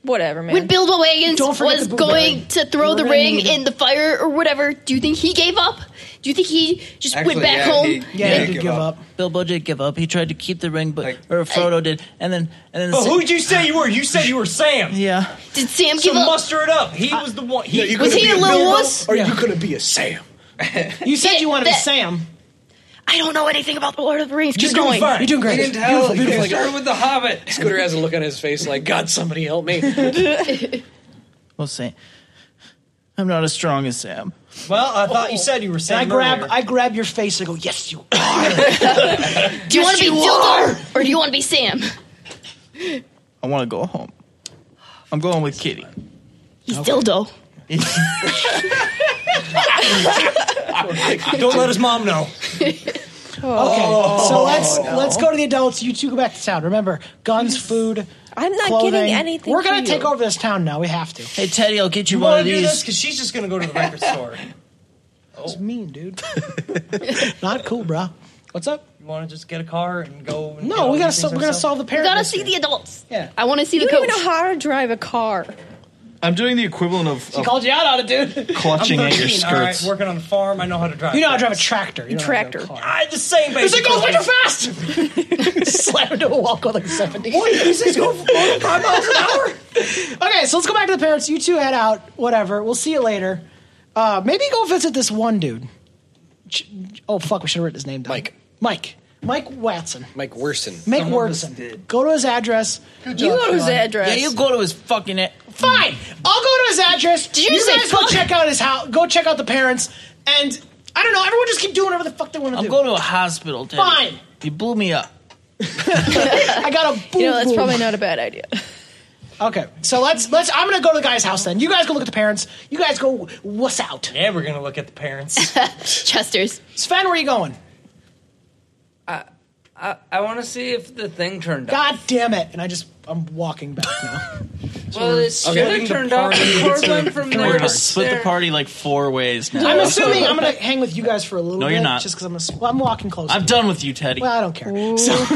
Whatever, man. When Bilbo Baggins Don't forget was the boomerang. going to throw We're the gonna ring need it. in the fire or whatever, do you think he gave up? Do you think he just went back yeah, home? he- Yeah, he you did give up. Bilbo did give up. He tried to keep the ring, but Like- or Frodo did, and then and then. the sa- you say you were? You said you were Sam. yeah, Did Sam give up? muster it up. He was the one. He, was he a little wuss? Or you could be a Sam. You said Yeah, you wanted to be that- Sam. I don't know anything about the Lord of the Rings. Keep going. You're doing He great. didn't tell. He started with the Hobbit. Scooter has a look on his face like, God, somebody help me. we'll see. I'm not as strong as Sam. well, Oh. I thought you said you were And Sam. I grab, earlier. I grab your face and I go, yes, you are. Do you want to be Dildo or do you want to be Sam? I want to go home. I'm going with Kitty. He's Dildo. Don't let his mom know. Okay, so let's let's go to the adults. You two go back to town. Remember, guns, food. I'm not clothing. getting anything. We're gonna for you. take over this town now. We have to. Hey Teddy, I'll get you, You one want of to do this? these. Because she's just going to go to the record store. It's mean, dude. Not cool, bro. What's up? You want to just get a car and go? And No, we gotta sol- we're gonna solve the We parent. gotta see mystery. the adults. Yeah. I want to see You the don't coach. even know how to drive a car. I'm doing the equivalent of, of Called you out on it, dude. clutching I'm at your 13, all right, skirts. working on the farm. I know how to drive. You know how to drive oh, a truck. tractor. You know Tractor. How to drive a car. I the same This thing basic. goes way too fast. Slam into a wall going like seventy. What? This thing's going five miles an hour. Okay, so let's go back to the parents. You two head out. Whatever. We'll see you later. Uh, maybe go visit this one dude. Ch- oh fuck, we should have written his name down. Mike. Mike. Mike Watson. Mike Worson. Mike Some of us Watson. did. Go to his address. You go to his address. Yeah, you go to his fucking. A- Fine. I'll go to his address. Did you say guys go fuck? check out his house. Go check out the parents. And I don't know. Everyone just keep doing whatever the fuck they want to I'm do. going to a hospital, Teddy. Fine. You blew me up. I got a boom. You know, that's boom. probably not a bad idea. Okay, so let's let's. I'm gonna go to the guy's house then. You guys go look at the parents. You guys go wuss out. Yeah, we're gonna look at the parents. Chester's. Sven, where you going? I want to see if the thing turned out. God damn it! And I just I'm walking back now. Well, it should splitting the have turned out. party The cord went from there to Split the there. party like four ways now. I'm assuming I'm gonna hang with you guys for a little No, bit. you're not. Just because I'm gonna, well, I'm walking close. I'm done with you, Teddy. well, I don't care. So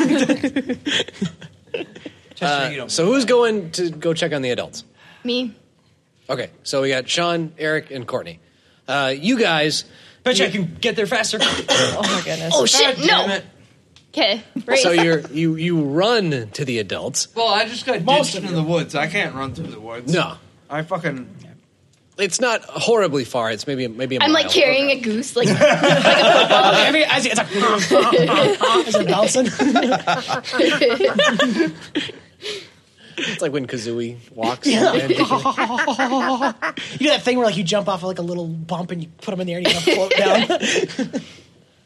Just so you don't. So who's going to go check on the adults? Me. Okay, so we got Sean, Eric, and Courtney. Uh, you guys, bet you I can get there faster. Oh my goodness. Oh shit, no. Okay. Right. so you you you run to the adults. Well, I just got Most ditched of in the woods. I can't run through the woods. No, I fucking It's not horribly far. It's maybe maybe. i I'm like carrying a goose, like Every, I see, it's like, is it bouncing? It's like when Kazooie walks. Yeah. And- you do that thing where like you jump off of like a little bump and you put them in the air and you kind of float down.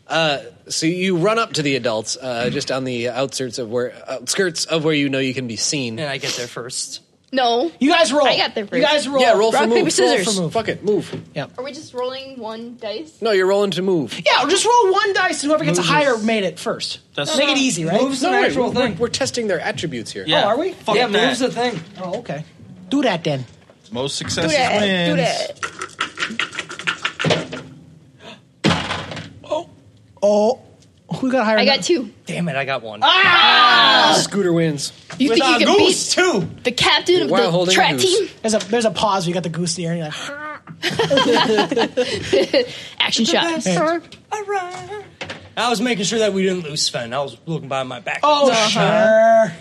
Uh, so you run up to the adults, uh, just on the outskirts of where outskirts of where you know you can be seen. And I get there first. no. You guys roll. I got there You first. guys roll. Yeah, roll for Rock, move. paper, scissors. Roll for move. Fuck it, move. Are we just rolling one dice? No, you're rolling to move. Yeah, just roll one dice and whoever gets a higher made it first. That's- Make it easy, right? Moves an No, wait, actual we're, thing. we're testing their attributes here. Yeah. Oh, are we? Fuck yeah, that. moves a thing. Oh, okay. Do that then. Most Do successes that. wins. Do that. Oh, who got higher? I than- got two. Damn it, I got one. Scooter wins. You With think a you can goose beat too. the captain of While holding the a track goose. team? uh, There's a there's a pause. where You got the goose in the air. And you're like, Action shot. I was making sure that we didn't lose Sven. I was looking by my back. Uh-huh. oh sure.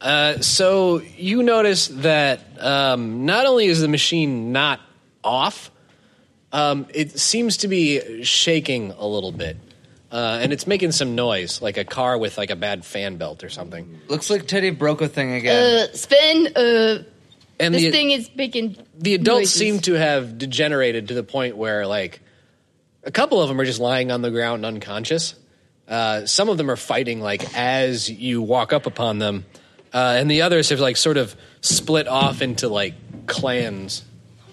Uh, so you notice that um, not only is the machine not off, um, it seems to be shaking a little bit, uh, and it's making some noise, like a car with like a bad fan belt or something. Looks like Teddy broke a thing again. Uh, Sven, uh, And this the, thing is making. the adults noises. seem to have degenerated to the point where like a couple of them are just lying on the ground unconscious. Uh, some of them are fighting like as you walk up upon them, uh, and the others have like sort of split off into like clans.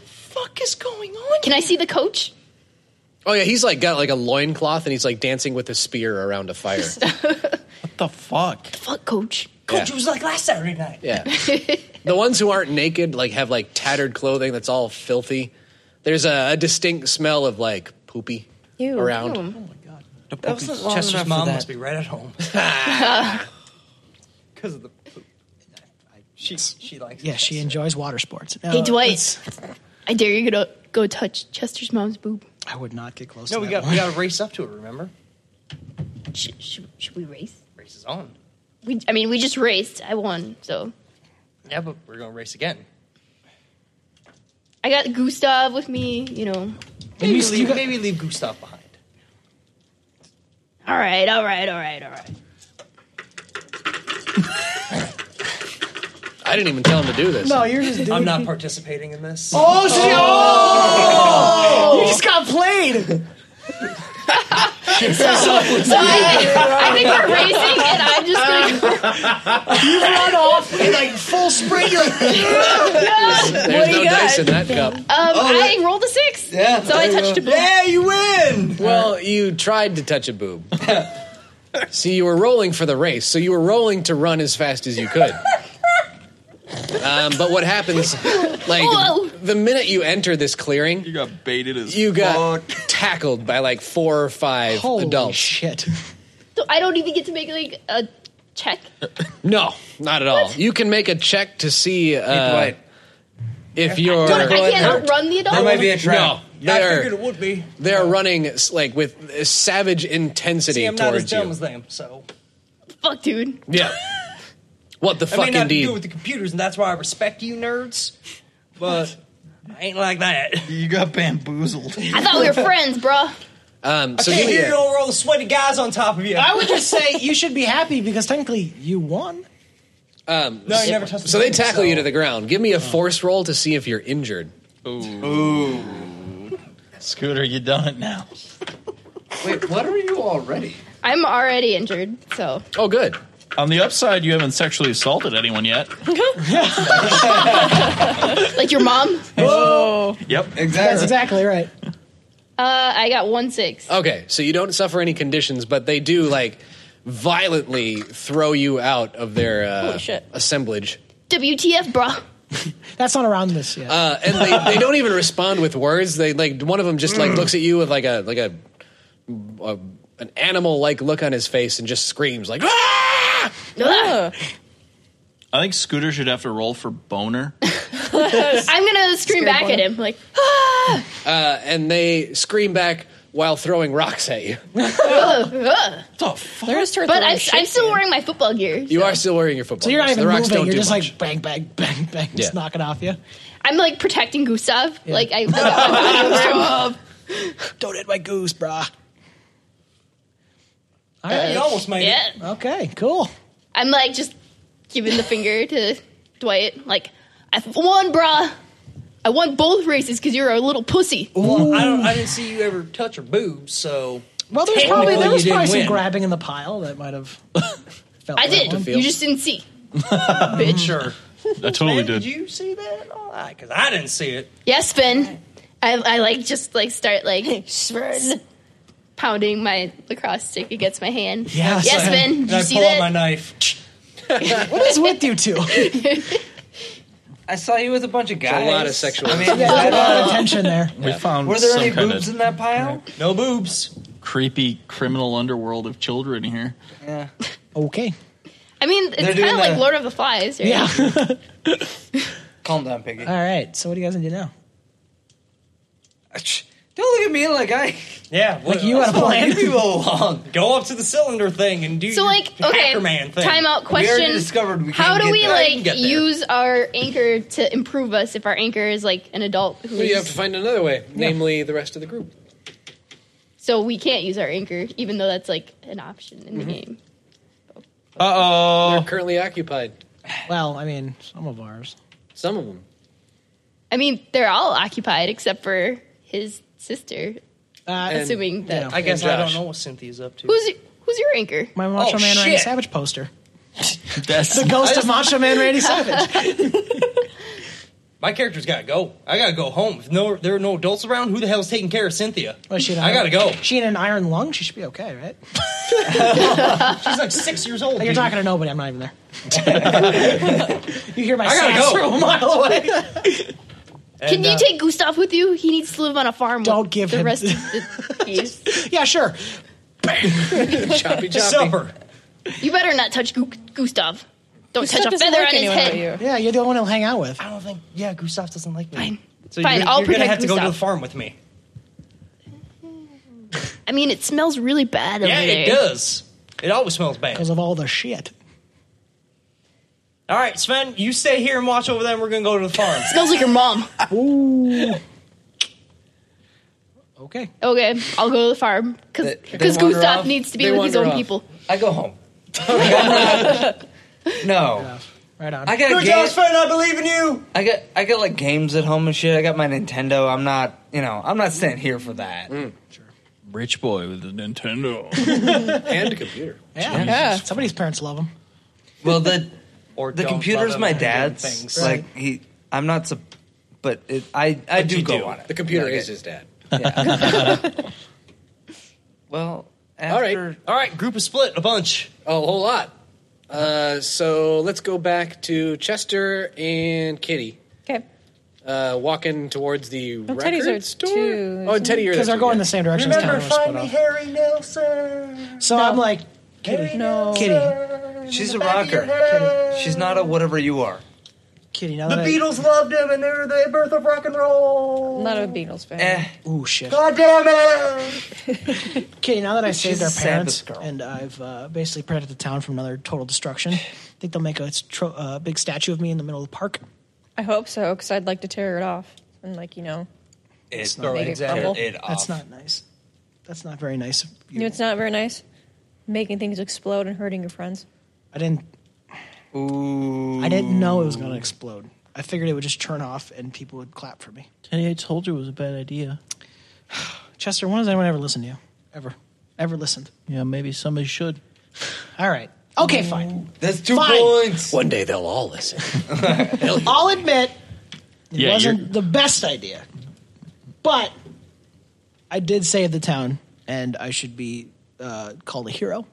Fuck is going on? Can I see the coach? Oh yeah, he's like got like a loincloth and he's like dancing with a spear around a fire. What the fuck? Fuck, coach. Coach it was like last Saturday night. Yeah. the ones who aren't naked like have like tattered clothing that's all filthy. There's a, a distinct smell of like poopy Ew. around. that wasn't long Chester's enough for mom that. must be right at home. because of the. She she likes. Yeah, she enjoys water sports. No, Hey, Dwight. it's- I dare you to go touch Chester's mom's boob. I would not get close. No, to we that got one. we got to race up to it. Remember, Sh- should, should we race? race is on. We, I mean, we just raced. I won, so Yeah, but we're gonna race again. I got Gustav with me. You know. Maybe leave, maybe leave Gustav behind. All right, all right, all right, all right. I didn't even tell him to do this. No, you're just. Doing I'm not participating in this. Oh, she, oh! You just got played. So I, I think we're racing, and I'm just gonna. Run off in like full sprint. You're like, Oh, There's no dice in that cup. Uh-uh. Um, I rolled a six. Yeah, So I touched a boob. Yeah, you win. Well, you tried to touch a boob. See, you were rolling for the race, so you were rolling to run as fast as you could. Um, but what happens, like, Whoa. the minute you enter this You clearing, got baited as you got tackled by like four or five Holy adults. shit. So I don't even get to make like a check. No, not at all. You can make a check to see uh, Dwight, if you're. I can't outrun the adult. there might be a trap. No, they're, would be. they're running s- like with savage intensity See, I'm not as towards dumb you. as them, so Fuck, dude. Yeah. What the I fuck, may not indeed? do it with the computers, and that's why I respect you nerds. But I ain't like that. You got bamboozled. I thought we were friends, bruh. Um, so Hey, you- here you over all the sweaty guys on top of you. I would just say you should be happy because technically you won. no, you never touched. so they tackle you to the ground. Give me a force roll to see if you're injured. Scooter, you done it now. Wait, what are you already? I'm already injured, so Oh, good. On the upside, you haven't sexually assaulted anyone yet. like your mom. Uh, Yep. That's Exactly. exactly right. Uh, I got one six. Okay, so you don't suffer any conditions, but they do like violently throw you out of their uh, Holy shit. assemblage, WTF, bruh? That's not around this yet. uh, and they, they don't even respond with words. They like one of them just Hmm. like looks at you with like a like a, a an animal like look on his face and just screams like ah! Ugh. I think Scooter should have to roll for boner. I'm gonna scream Scared back boy. at him like uh, and they scream back while throwing rocks at you. They're just But I'm, I'm still wearing my football gear. You are still wearing your football. So you're not gear, even the rocks moving. Don't You're do just much. like bang, bang, bang, bang, just Yeah. knocking off you. I'm like protecting Gustav. Like I, Don't hit my goose, brah. All right, you almost made it. yeah. Okay, cool. I'm like just giving the finger to Dwight. Like I won, brah. I won both races because you're a little pussy. Well, I don't. I didn't see you ever touch her boobs, so Well, there's Technically, probably there you was didn't probably some win. grabbing in the pile that might have. felt I that did. one. You just didn't see, bitch. sure. I totally Man, did. um, did you see that? Because I didn't see it. Yes, Ben. I, I like just like start like s- pounding my lacrosse stick against my hand. Yes. yes, Ben. And Did you I see pull out my that? knife. What is with you two? There's I saw you with a bunch of guys. a lot of sexual- I mean, a lot of tension there. We found were there some any kind boobs of in that pile? No boobs. creepy criminal underworld of children here. Yeah. Okay. I mean, it's They're kind doing of like the- Lord of the Flies. Right? Yeah. Calm down, Uh, Piggy. All right. So what do you guys gonna do now? Don't look at me like I. Yeah, Like you had a plan. Leave me alone. Go up to the cylinder thing and do So your like, okay, Hacker Man thing. time out We question. already discovered we How can't do get we there. can like get there. use our anchor to improve us if our anchor is like an adult? who's- Well, you have to find another way, namely the rest of the group. so we can't use our anchor, even though that's like an option in the game. They're Uh oh. currently occupied. Well, I mean, some of ours. Some of them. I mean, they're all occupied except for his sister. Uh, And- Assuming that Yeah. I guess And I don't Josh. know what Cynthia's up to. who's who's your anchor? my Macho Oh, Man Randy shit. Savage poster. That's The ghost of Macho Man Randy Savage. My character's got to go. I got to go home. If no, there are no adults around, who the hell's taking care of Cynthia? Well, she had an I gotta iron- go. She had an iron lung. She should be okay, right? She's like six years old. Like, you're dude. talking to nobody. I'm not even there. you hear my I gotta sass go. from a mile away. Can And, you uh, take Gustav with you? He needs to live on a farm. Don't with give the him- rest. Of the geese. Yeah, sure. Choppy choppy. supper? you better not touch Gu- Gustav. Don't Gustav touch a doesn't feather like on his anyone but head. you. Yeah, you're the only one he'll hang out with. I don't think. Yeah, Gustav doesn't like me. Fine. So Fine, you're, I'll you're gonna protect have to go to Gustav. the farm with me. I mean, it smells really bad over Yeah, there. it does. It always smells bad. Because of all the shit. All right, Sven, you stay here and watch over them. We're gonna go to the farm. Smells like your mom. Okay. Okay, I'll go to the farm They- because they wander Gustav off? needs to be They with his wander own off. people. I go home. no. Right on. I got Good job, a game. Sven. I believe in you. I got I got like games at home and shit. I got my Nintendo. I'm not, you know, I'm not staying here for that. rich boy with a Nintendo. And a computer. yeah. Somebody's parents love him. Well, the Or the don't computer's bother my them doing dad's. things. Like he, I'm not. Sup- but it, I I do you go do. on it. The computer Yeah, is okay. his dad. Well, All right. after All right, group is split a bunch. Oh, a whole lot. Uh, so let's go back to Chester and Kitty Okay. uh, walking towards the No, record Teddy's are store. two, oh, and Teddy, Because they're going the same direction. as Tyler was split up. Harry Nelson. So I'm like, Kitty, No. Kitty, she's a rocker. She's not a whatever you are. Kitty. Now The that I- Beatles loved him, and they were the birth of rock and roll. I'm not a Beatles fan. Eh, Ooh, shit. God damn it! Kitty, now that I She's saved our a Sabbath parents girl. and I've uh, basically protected the town from another total destruction, I think they'll make a s- tro- uh, big statue of me in the middle of the park. I hope so because I'd like to tear it off and like you know, it's not make it crumble. it off. That's not nice. That's not very nice. of You know, it's not very nice making things explode and hurting your friends. I didn't. Ooh. I didn't know it was going to explode. I figured it would just turn off and people would clap for me. Teddy, I told you it was a bad idea. Chester, when has anyone ever listened to you? Ever? Ever listened? Yeah, maybe somebody should. All right. Okay, fine. That's two Fine. points. One day they'll all listen. They'll hear. I'll admit it Yeah, you're- wasn't the best idea, but I did save the town, and I should be uh, called a hero.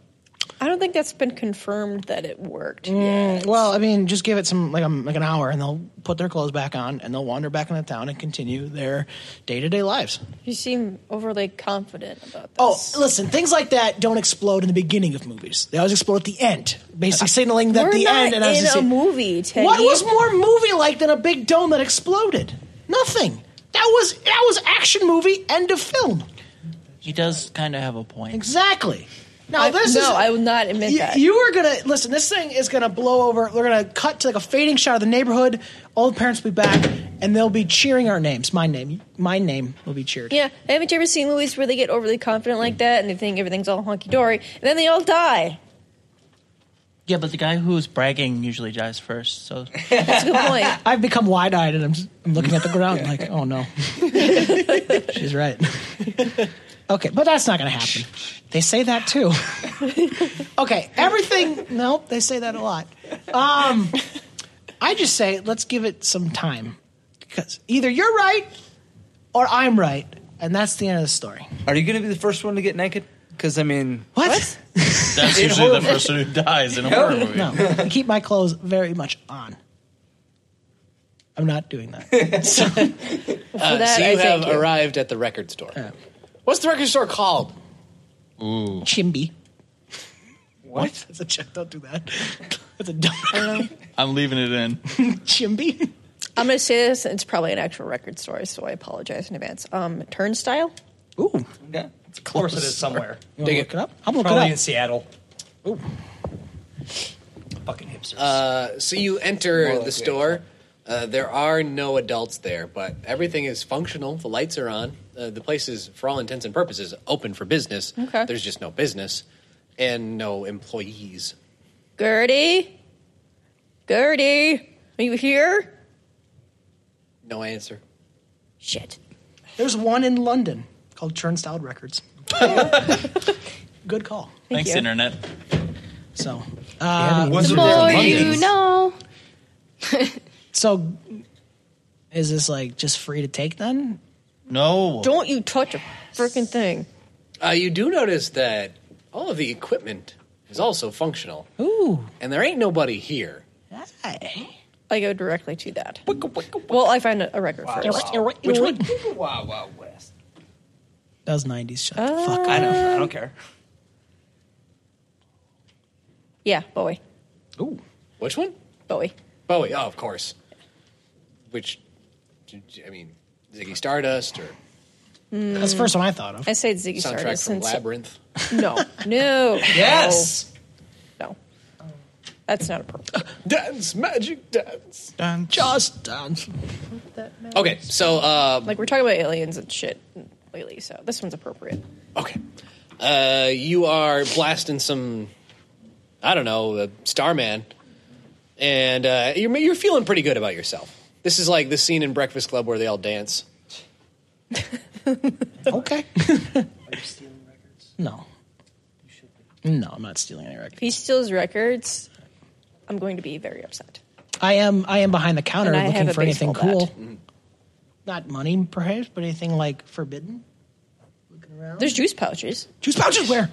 I don't think that's been confirmed that it worked. Well, I mean, just give it some like um, like an hour, and they'll put their clothes back on, and they'll wander back into town and continue their day to day lives. You seem overly confident about Oh, this. listen, things like that don't explode in the beginning of movies. They always explode at the end, basically signaling that we're the not end. And I was in just a saying- movie, Teddy. What was more movie like than a big dome that exploded? Nothing. That was that was action movie end of film. He does kind of have a point. Exactly. Now I- this no, is I will not admit that. You are gonna listen. This thing is gonna blow over. We're gonna cut to like a fading shot of the neighborhood. All the parents will be back, and they'll be cheering our names. My name, my name will be cheered. Yeah, haven't you ever seen movies where they get overly confident like that and they think everything's all hunky dory and then they all die? Yeah, but the guy who's bragging usually dies first. So That's a good point. I've become wide eyed, and I'm, just, I'm looking at the ground like, oh no, she's right. okay, but that's not gonna happen. They say that too. okay, everything. Nope, they say that a lot. Um, I just say let's give it some time because either you're right or I'm right, and that's the end of the story. Are you going to be the first one to get naked? Because I mean, What? That's In usually horror the movie. person who dies in a No, horror movie. No, I keep my clothes very much on. I'm not doing that. So, Uh, so that, you I have thank you. arrived at the record store. What's the record store called? Ooh. Chimby. What? That's a joke. Don't do that. That's a dumb. I'm leaving it in. Chimby. I'm going to say this. It's probably an actual record store, so I apologize in advance. Um, Turnstile. Ooh. Okay. Of course it is somewhere. You want to look it up? I'm looking Probably it in up. Seattle. Ooh. Fucking hipsters. Uh, so you More enter like the we- store. Uh, there are no adults there, but everything is functional. The lights are on. Uh, the place is, for all intents and purposes, open for business. Okay. There's just no business and no employees. Gertie? Gertie? Are you here? No answer. Shit. There's one in London called Turnstile Records. Good call. Thanks, internet. So, haven't uh, Was The it more there in you London? know. so is this like just free to take then? No. Don't you touch a freaking thing. Uh, you do notice that all of the equipment is also functional, Ooh. and there ain't nobody here. I go directly to that. Well, I find a a record first. Oh, Which one? Wow, wow, West. That was 90s. Shut the Uh, fuck up. I don't. I don't care. Yeah, Bowie. Ooh. Which one? Bowie. Bowie. Oh, of course. Which, I mean, Ziggy Stardust or That's the first one I thought of. I say it's Ziggy soundtrack Stardust. from Since Labyrinth. No. No. Yes. No. No. That's not appropriate. Dance, magic dance. Dun- Just dance. Okay, so um, Like, we're talking about aliens and shit lately, so this one's appropriate. Okay. Uh, you are blasting some, I don't know, uh, Starman, and uh, you're you're feeling pretty good about yourself. This is like the scene in Breakfast Club where they all dance. Okay. Are you stealing records? No. No, I'm not stealing any If records. he steals records, I'm going to be very upset. I am I am behind the counter And I have looking a for anything baseball cool. bat. Mm-hmm. Not money, perhaps, but anything like forbidden. Looking around. There's juice pouches juice pouches. Where?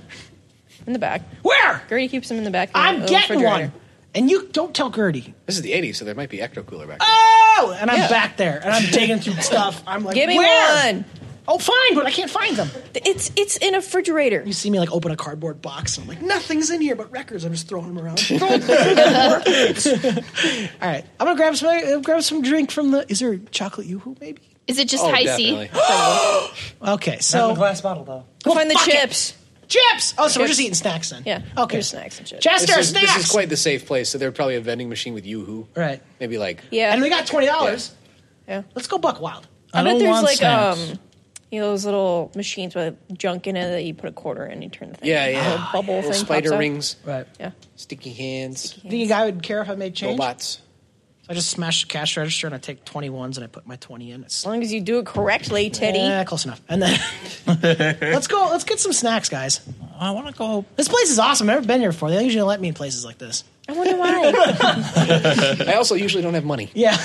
in the back. Where? Gertie keeps them in the back. of I'm the getting refrigerator. one. And you don't tell Gertie. This is the '80s, so there might be Ecto Cooler back. Oh, and I'm Yeah. back there, and I'm digging through stuff. I'm like, Give me where? one. Oh, fine, but I can't find them. It's it's in a refrigerator. You see me like open a cardboard box, and I'm like, nothing's in here but records. I'm just throwing them around. All right, I'm gonna grab some. uh, grab some drink from the. Is there chocolate yoo-hoo maybe? Is it just Oh, high definitely. C? Okay, Not in a so glass bottle though. Go find the fuck it. chips. chips. Oh, so we're Chips. just eating snacks then. Yeah. Okay. there's snacks and shit. Chester, This is, snacks. this is quite the safe place. So there's probably a vending machine with YooHoo. Right. Maybe like yeah. And we got twenty dollars. Yeah. Let's go buck wild. I, I bet don't there's want like snacks. um you know those little machines with junk in it that you put a quarter in and you turn the thing. yeah, and the yeah, little bubble Little thing. spider pops out. rings, Right. Yeah. sticky hands, Think a guy would care if I made change? robots. So I just smash the cash register and I take twenty ones and I put my twenty in. It's As long as you do it correctly, Teddy. Yeah, close enough. And then let's go. Let's get some snacks, guys. I want to go. This place is awesome. I've never been here before. They usually don't let me in places like this. I wonder why. I also usually don't have money. Yeah.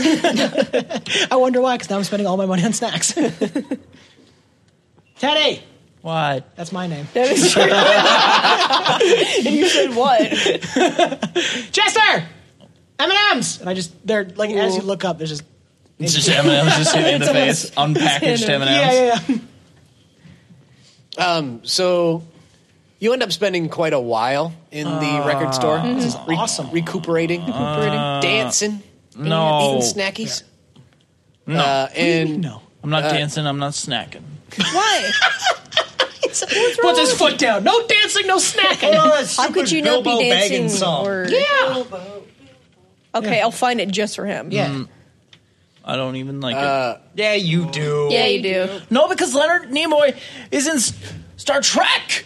I wonder why. Because now I'm spending all my money on snacks. Teddy, What? that's my name. that is true. and you said what? Chester, M and M's, and I just they're like as you look up, there's just It's just M&M's just hit me in the face. Unpackaged M&M's. yeah, yeah, yeah. So you end up spending quite a while in the Ah. record store. This is awesome. Recuperating, Ah. dancing, No. eating snackies. No. Uh, and No, I'm not dancing. I'm not snacking. Why? What's Puts his foot down. No dancing, no snacking. How could you not be dancing? Or Yeah. Okay, I'll find it just for him. Yeah. Mm. I don't even like Uh, yeah, you do. Yeah, you do. No, because Leonard Nimoy is in S- Star Trek.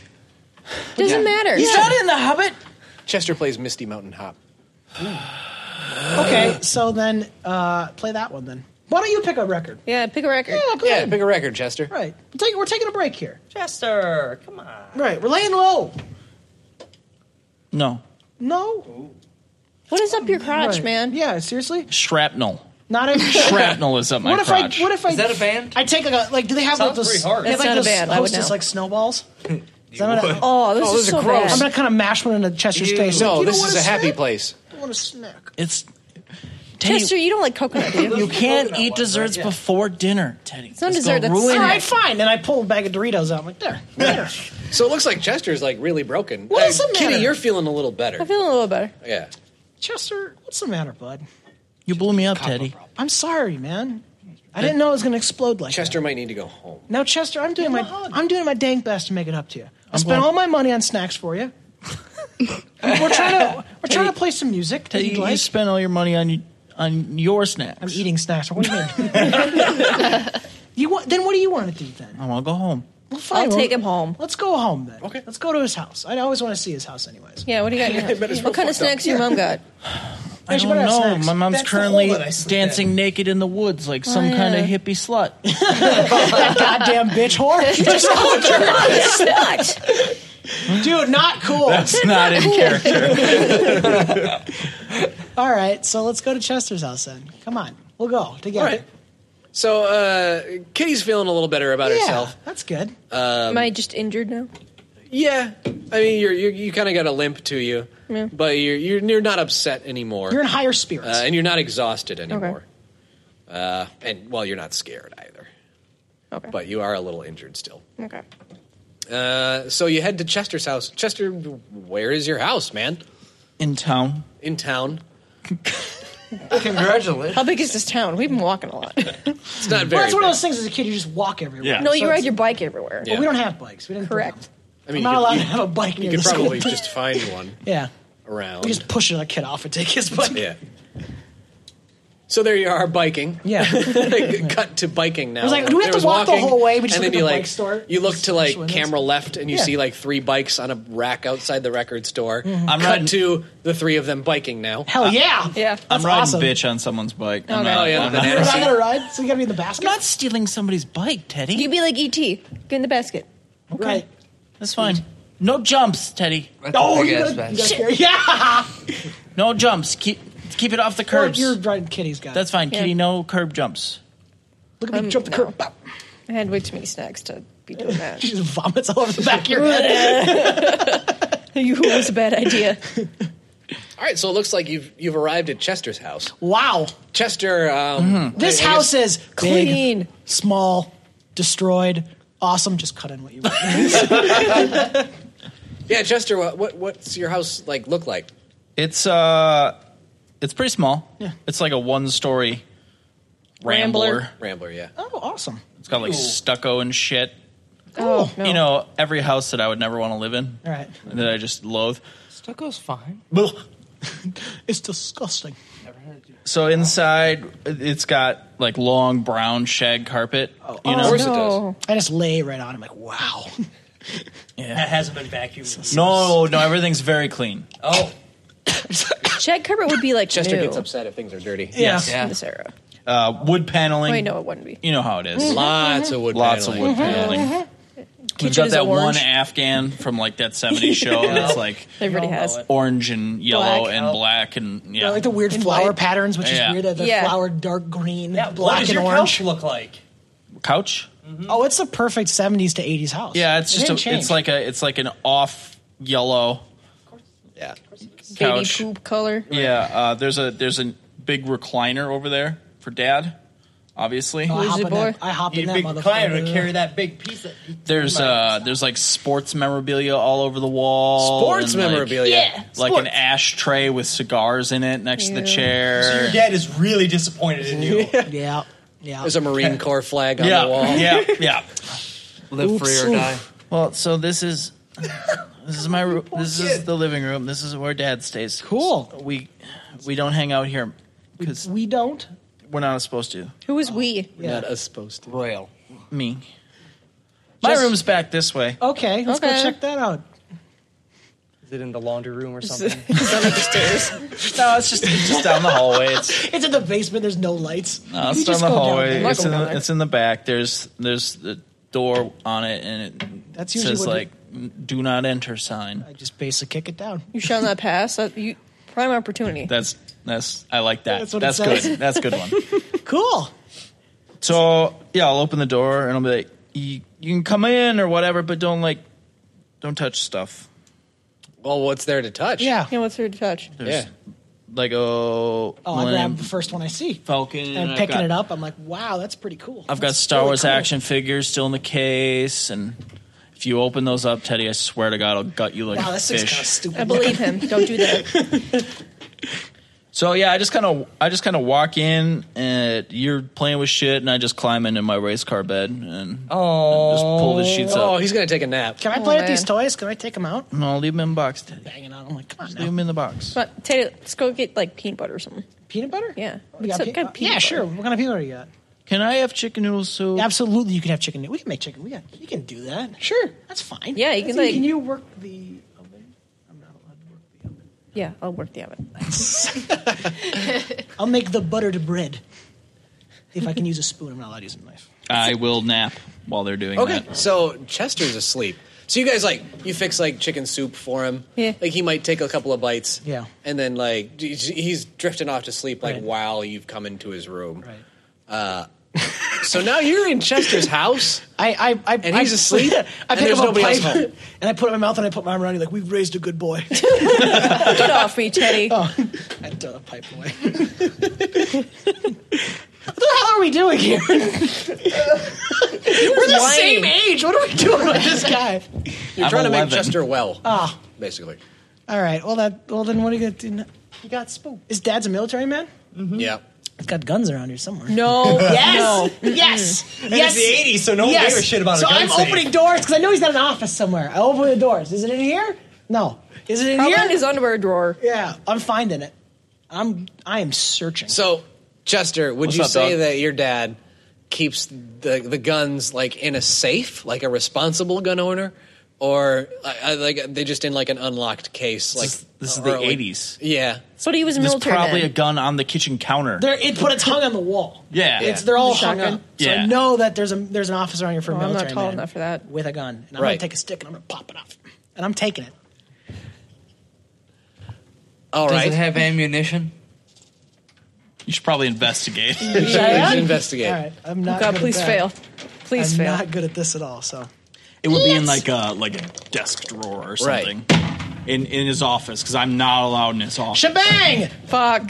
Doesn't matter. He's not in The Hobbit. Chester plays Misty Mountain Hop. Okay, so then uh, play that one then. Why don't you pick a record? Yeah, pick a record. Yeah, go Yeah, ahead. pick a record, Chester. Right. We'll take- we're taking a break here. Chester, come on. Right. We're laying low. no No. What is up your crotch, Right. man? Yeah, seriously? shrapnel. Not a Shrapnel is up my What if crotch. I what if I Is that a band? I take like a like do they have like Sounds those pretty hard. They have, That's like not a those band, I would hostess know. like snowballs? 'Cause I'm gonna, Oh, this Oh, is those are so gross. I'm bad. gonna kind of mash one into Chester's Ew. face. No, like, you this don't is want a happy snack? place. I want a snack. it's Teddy. Chester, you don't like coconut, do you? you can't coconut ones, eat right? desserts Yeah. before dinner, Teddy. It's not dessert, that's ruin All snack. it. right, fine. And I pull a bag of Doritos out. I'm like, there. there. So it looks like Chester's like really broken. What does it Kitty, matter? you're feeling a little better. I'm feeling a little better. Yeah. Chester, what's the matter, bud? You blew me up, Teddy. I'm sorry, man. I didn't know it was gonna explode like that. Chester might need to go home. Now, Chester, I'm doing my I'm doing my dang best to make it up to you. I spent glad- all my money on snacks for you. we're trying to we're trying to play some music. that Teddy, you'd you, like. spent all your money on on your snacks. I'm eating snacks. What do you mean? you want then? What do you want to do then? I want to go home. Well, fine, I'll well, take him home. Let's go home then. Okay. Let's go to his house. I always want to see his house, anyways. Yeah, what do you got? in your house? what kind of snacks your mom got? I she don't might have know. snacks. My mom's That's the hole currently that I sleep dancing naked in the woods like some Oh, kind of yeah. hippie slut. that goddamn bitch whore. You just told Slut. her. Dude, not cool. It's not in character. All right, so let's go to Chester's house then. Come on, we'll go together. All right. So uh, Kitty's feeling a little better about Yeah, herself. that's good. Uh, Am I just injured now? Yeah. I mean, you're, you're you kind of got a limp to you, but you're, you're you're not upset anymore, You're in higher uh, spirits. and you're not exhausted anymore. Uh, and well, you're not scared either, Okay. but you are a little injured still. Okay. Uh, so you head to Chester's house. Chester, where is your house, man? In town. In town. Congratulations. How big is this town? We've been walking a lot. It's not well, very. that's one of big. those things as a kid, you just walk everywhere. Yeah. No, you So ride it's- your bike everywhere. Yeah. We don't have bikes. We didn't bring Correct. them. I mean, I'm you could- not you- allowed to have a bike near You could the school. probably just find one Yeah. around. We just push another kid off and take his bike. Yeah. So there you are biking. Yeah. Cut to biking now. I was like, There- do we have there to walk the walking, whole way? We just and look then at you the like, bike store? You look to Switch like windows? camera left, and you Yeah. see like three bikes on a rack outside the record store. Mm-hmm. I'm Cut riding- to the three of them biking now. Hell yeah. Yeah. I'm That's riding awesome. bitch on someone's bike. I'm Okay. not- Oh, yeah, I'm the not- You're banana. not gonna ride, so you gotta be in the basket. I'm not stealing somebody's bike, Teddy. You'd be like ET. Get in the basket. right. That's fine. No jumps, Teddy. That's Oh, a big you ass gotta, you bag. gotta carry- Yeah. No jumps. Keep keep it off the Or curbs. you're riding kitty's guy. That's fine, Yeah. Kitty. No curb jumps. look at me Um, jump the no. curb. Bop. I had way too many snacks to be doing that. She just vomits all over the back of your head. you it was a bad idea. All right, so it looks like you've you've arrived at Chester's house. Wow. Chester, um, Mm-hmm. This I- I house guess- is clean, Clean. small, destroyed, awesome. Just cut in what you want. yeah, Chester. What, what what's your house like? Look like? It's uh, it's pretty small. Yeah. It's like a one-story rambler. Rambler. Rambler, yeah. oh, awesome. It's got like stucco and shit. Oh, no. You know, every house that I would never want to live in. All right. That I just loathe. Stucco's fine. It's disgusting. So inside, it's got like long brown shag carpet. Oh, you Of know, course it I just lay right on. I'm like, wow. That hasn't been vacuumed. no, no, everything's very clean. Oh, Shag carpet would be like does. Chester new gets upset if things are dirty. Yes. in Yeah. this era. Uh, wood paneling. Wait, no, it wouldn't be. You know how it Mm-hmm. is. Lots of wood. Lots paneling. of wood paneling. We've Kitchen got is that orange. one Afghan from like that '70s show that's like Everybody Y'all has. know it. orange and yellow Black. and black and yeah. I like the weird flower patterns, which Yeah. is weird. uh, The Yeah. flower dark green, yeah. what black does and your orange. couch look like? couch. Oh, it's a perfect '70s to '80s house. Yeah, it's It just didn't a, it's change. like a it's like an off yellow Yeah. Baby couch. poop color. Yeah, uh, there's a there's a big recliner over there for dad. Obviously, I hop Where's in your that, boy? I hop in You that big client would carry motherfucker. that big piece. That there's uh there's like sports memorabilia all over the wall. Sports and, like- memorabilia. Yeah. Like, an ashtray with cigars in it next to the Ew. chair. your dad is really disappointed in you. Yeah, yeah. There's a Marine Corps flag on the wall. yeah, yeah. Live free or die. Well, so this is this is my room. This is the living room. This is where Dad stays. Cool. we we don't hang out here because we don't. We're not supposed to. Who was we? Not us supposed to. Royal. Me. My Just- room's back this way. Okay, let's Okay. go check that out. Is it in the laundry room or something? No, it's just it's just down the hallway. It's It's in the basement. There's no lights. No, it's You down just the go down hallway. there. it's, in the, it's in the back. There's there's the door on it, and it That's usually says what you- like "Do not enter" sign. I just basically kick it down. You shall not pass. That, you prime opportunity. That's that's I like that. That's, That's what it says. good. That's a good one. Cool. So yeah, I'll open the door and I'll be like, you, "You can come in or whatever, but don't like, don't touch stuff." Well, what's there to touch? Yeah. yeah, what's her touch? Yeah. Like oh, Oh, I grab the first one I see. Falcon. And I've picking got- it up, I'm like, wow, that's pretty cool. I've got That's Star really Wars cool. action figures still in the case, and if you open those up, Teddy, I swear to God, I'll gut you like Wow, a that's just fish. kind of stupid. I believe him. Don't do that. So yeah, I just kind of I just kind of walk in and you're playing with shit, and I just climb into my race car bed and, and just pull the sheets Oh, up. he's gonna take a nap. Can I Oh, play with man. these toys? Can I take them out? No, leave them in the box, Teddy. Hanging out. I'm like, come on Leave now. them in the box. But Taylor, let's go get like peanut butter or something. Peanut butter? Yeah. We got So- pe- uh, got yeah, peanut butter. sure. What kind of peanut butter you got? Can I have chicken noodle soup? Absolutely, you can have chicken. We can make chicken. We got. You can do that. Sure, that's fine. Yeah, you can, like- Can you work the oven? I'm not allowed to work the oven. Yeah, I'll work the oven. I'll make the buttered bread. If I can use a spoon, I'm not allowed to use a knife. I will nap while they're doing Okay, that. so Chester's asleep. So you guys like you fix like chicken soup for him. Yeah. Like he might take a couple of bites. Yeah. And then like he's- he's drifting off to sleep like Right. while you've come into his room. Right. So now you're in Chester's house. I, I, I And I- he's asleep, I and pick there's up a nobody pipe else home. and I put it in my mouth and I put my arm around you like we've raised a good boy. Get off me, Teddy. Oh. I throw the pipe away. what the hell are we doing here? We're the same age. What are we doing with this guy? You're I'm trying to make 11. Chester well. Ah. Basically. All right. Well, that. Well, then what are you gonna do? He got spooked. His dad's a military man. Yeah. He's got guns around here somewhere. No. Yes. Yes. Yes. It's the 80s, so no one Yes. gave a shit about so a gun I'm safe. opening doors because I know he's got an office somewhere. I open the doors. Is it in here? No. Is it in Probably here? in his underwear drawer. yeah. I'm finding it. I'm. I am searching. So Chester, would What's you up, say dog? that your dad keeps the the guns like in a safe, like a responsible gun owner? Or I- I- like they just in like an unlocked case, like This is- this is the or, like- 80s. Yeah, But he was a There's military probably a man. gun on the kitchen counter. There, it, but it's hung on the wall. Yeah. it's they're all The hung shotgun? up. So I Yeah. know that there's a there's an officer on here for a Oh, I'm not military tall man enough for that. with a gun. And I'm gonna Right. take a stick and I'm gonna pop it off, and I'm taking it. all Does right. it have ammunition? You should probably investigate. Should Cheyenne? investigate. All right, I'm not. Oh God, good please at that. fail. Please I'm fail. not good at this at all. So It would be in like a like a desk drawer or Right. something. In in his office because I'm not allowed in his office. shebang! Fuck.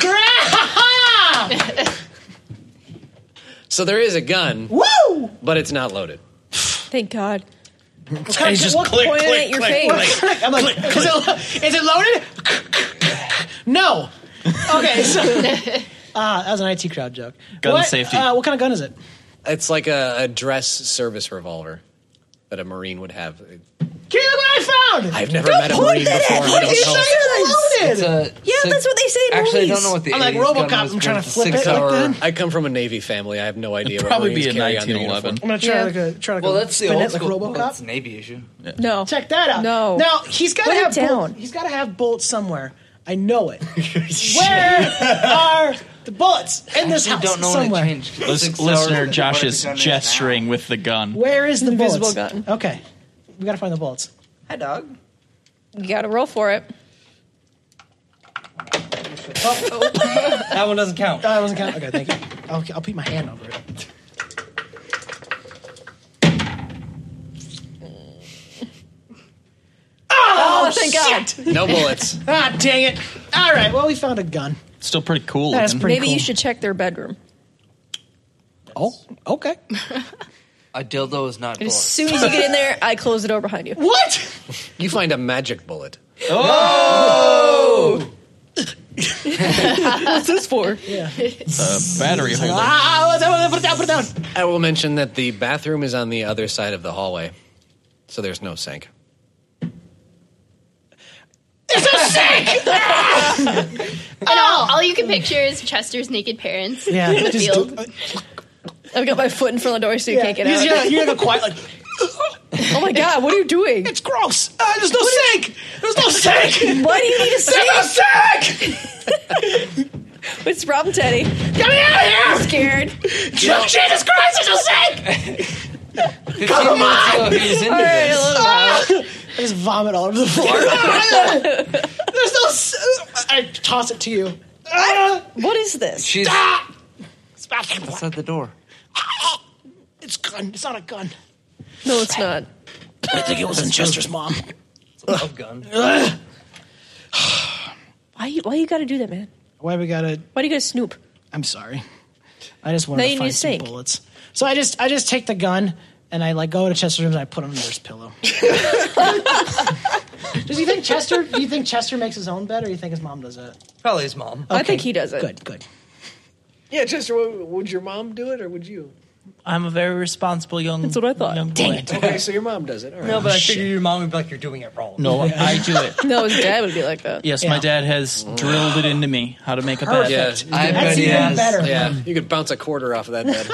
So there is a gun, Woo! but it's not loaded. Thank God. What kind of- just what- click, what- Point at your face. I'm like, is, it, is it loaded? no. Okay. So, Ah, that was an IT crowd joke. Gun what, safety. Uh, what kind of gun is it? It's like a, a dress service revolver that a Marine would have. Can you look what I found? I've never met a Marine before. I What don't did you know. say? Loaded. It's a- Yeah, it's a- that's what they say in Actually, I don't movies. know what the I'm like 80s gun RoboCop, was, I'm but trying it's to a flip it six like hour- that. I come from a Navy family. I have no idea what Probably Marines be in carry on their uniform. 1911. I'm gonna try Yeah. like a try like Well, a that's the old bayonet, school. like That's RoboCop. Navy issue. No. Check that out. No. Now he's got to Put it have down. bullets. He's got to have bullets somewhere. I know it. Where are the bullets in this house? don't know somewhere. when it changed. Lis- Six listener hours, Josh what is if the gun now? gesturing with the gun. Where is the Invisible bullets? gun. Okay, we gotta find the bullets. Hi, dog. You gotta roll for it. That one doesn't count. Oh, that wasn't count. Okay, thank you. I'll, I'll put my hand over it. Oh, thank God. No bullets. Ah, dang it! All right, well we found a gun. Still pretty cool. That's looking. pretty Maybe cool. you should check their bedroom. Oh, okay. A dildo is not And as bullets. soon as you get in there, I close the door behind you. What? You find a magic bullet. What's this for? a battery holder. Ah, put it down, put it down. I will mention that the bathroom is on the other side of the hallway. so there's no sink. It's so sick! and all, all you can picture is Chester's naked parents Yeah, in the just field. I've got my foot in front of the door so you can't get He's- out. you're- you're the quiet, like, oh my god, what are you doing? It's gross. Ah, there's no sink. There's no sink. Why do you need a sink? There's no sink. What's Rob and Teddy? Get me out of here. I'm scared. Jesus Christ, there's no sink. Come on. All right, I love that. I just vomit all over the floor. Ah, there's no. s- I toss it to you. Ah, What is this? She's ah, it's back. outside the door. It's gun. It's not a gun. No, it's not. I think it was in Chester's mom. Love gun. Ugh. Why you, why you gotta do that, man? Why we gotta? Why do you gotta snoop? I'm sorry. I just wanted Now to you find need some steak. bullets. So I just I just take the gun and I like go to Chester's room and I put him under his pillow. Does he think Chester? Do you think Chester makes his own bed, or you think his mom does it? Probably his mom. I think he does it. Good, good. Yeah, Chester, would, would your mom do it or would you? I'm a very responsible young. That's what I thought. Young boy. Dang it! Okay, so your mom does it. All right. No, but I figured your mom would be like, you're doing it wrong. No, I do it. No, his dad would be like that. Yes, Yeah. my dad has drilled it into me how to make a bed. Yeah, I That's bet he even has. better. Ah! yeah, you could bounce a quarter off of that bed.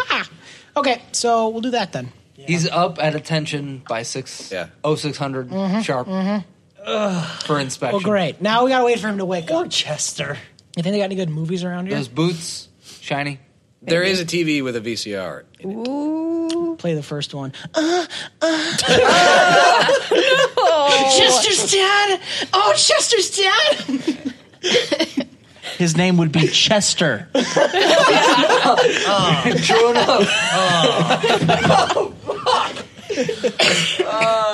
Okay, so we'll do that then. He's up at attention by six. Yeah. Oh, six sharp for inspection. Mm-hmm, Well, great. Now we gotta wait for him to wake Poor up. Chester. You think they got any good movies around here? Those boots, shiny. There is a TV with a VCR. Play the first one. Uh, uh. Chester's dad. Oh, Chester's dad. His name would be Chester. True enough.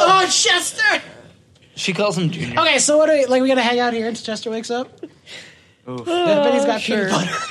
Oh, Chester. She calls him Junior. Okay, so what are we like? We gotta hang out here until Chester wakes up. Everybody's got peanut butter.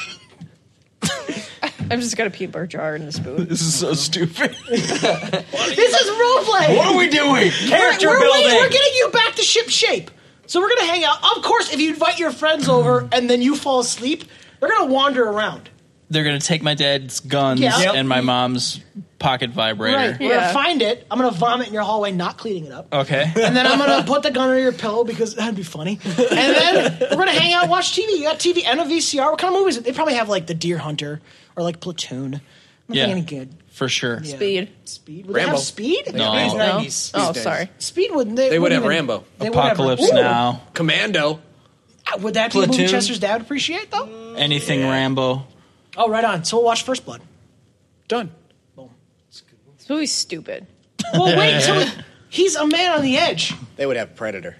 I've just got a peanut butter jar and a spoon. this is so stupid. This is roleplay. What are we doing? Character we're, building. We're getting you back to ship shape. So we're gonna hang out. Of course, if you invite your friends over and then you fall asleep, they're gonna wander around. They're gonna take my dad's guns Yeah. Yep. and my mom's pocket vibrator. Right. We're Yeah. gonna find it. I'm gonna vomit in your hallway, not cleaning it up. Okay. And then I'm gonna put the gun under your pillow because that'd be funny. And then we're gonna hang out, watch TV. You got TV and a VCR. What kind of movies? They probably have like The Deer Hunter or like Platoon. Nothing Yeah. any good. For sure. Yeah. Speed. Speed? Would they have Rambo. speed? No. These No? 90s. Oh, days. sorry. Speed wouldn't. They, They would wouldn't have even- Rambo, they would have- Apocalypse Ooh. Now. Commando. Would that be a movie Platoon. Chester's dad would appreciate though? Anything Rambo. Oh, right on. So we'll watch First Blood. Done. This movie's stupid. Well, wait till we, he's a man on the edge. They would have Predator.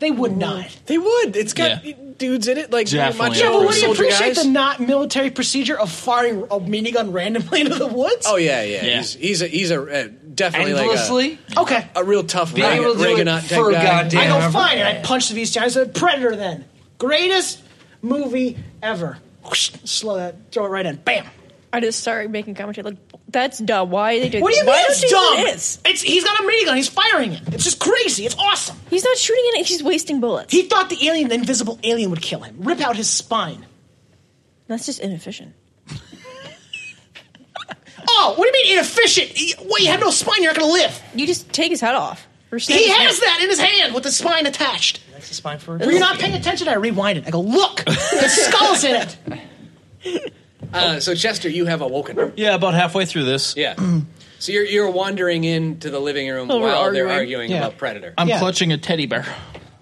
They would not. They would. It's got Yeah. dudes in it like Definitely. macho Yeah, but would you soldier appreciate guys. the not military procedure of firing a minigun randomly into the woods? Oh yeah, yeah. Yeah. He's he's a, he's a uh, definitely like Endlessly? a, Okay. a real tough Being Reagan, able to do it Reaganite type for guy. goddamn- I go Remember? fine, and I punch the beast down. I said, Predator then. Greatest movie ever. Whoosh, slow that, throw it right in. Bam. I just started making commentary like that's dumb. Why are they doing? What do you Why mean don't it's they dumb? do this? It's he's got a minigun, he's firing it. It's just crazy. It's awesome. He's not shooting at it. He's wasting bullets. He thought the alien, the invisible alien would kill him. Rip out his spine. that's just inefficient. Oh, what do you mean inefficient? Y- What you have no spine, you're not gonna live. You just take his head off. Or snap He his neck. has that in his hand with the spine attached. That's the spine for Were you not paying attention? I rewind it. I go, look, the skull's in it. Uh, so Chester, you have awoken. Yeah, about halfway through this. Yeah. so you're you're wandering into the living room Oh, we're while they're arguing. arguing Yeah. about Predator. I'm Yeah. clutching a teddy bear.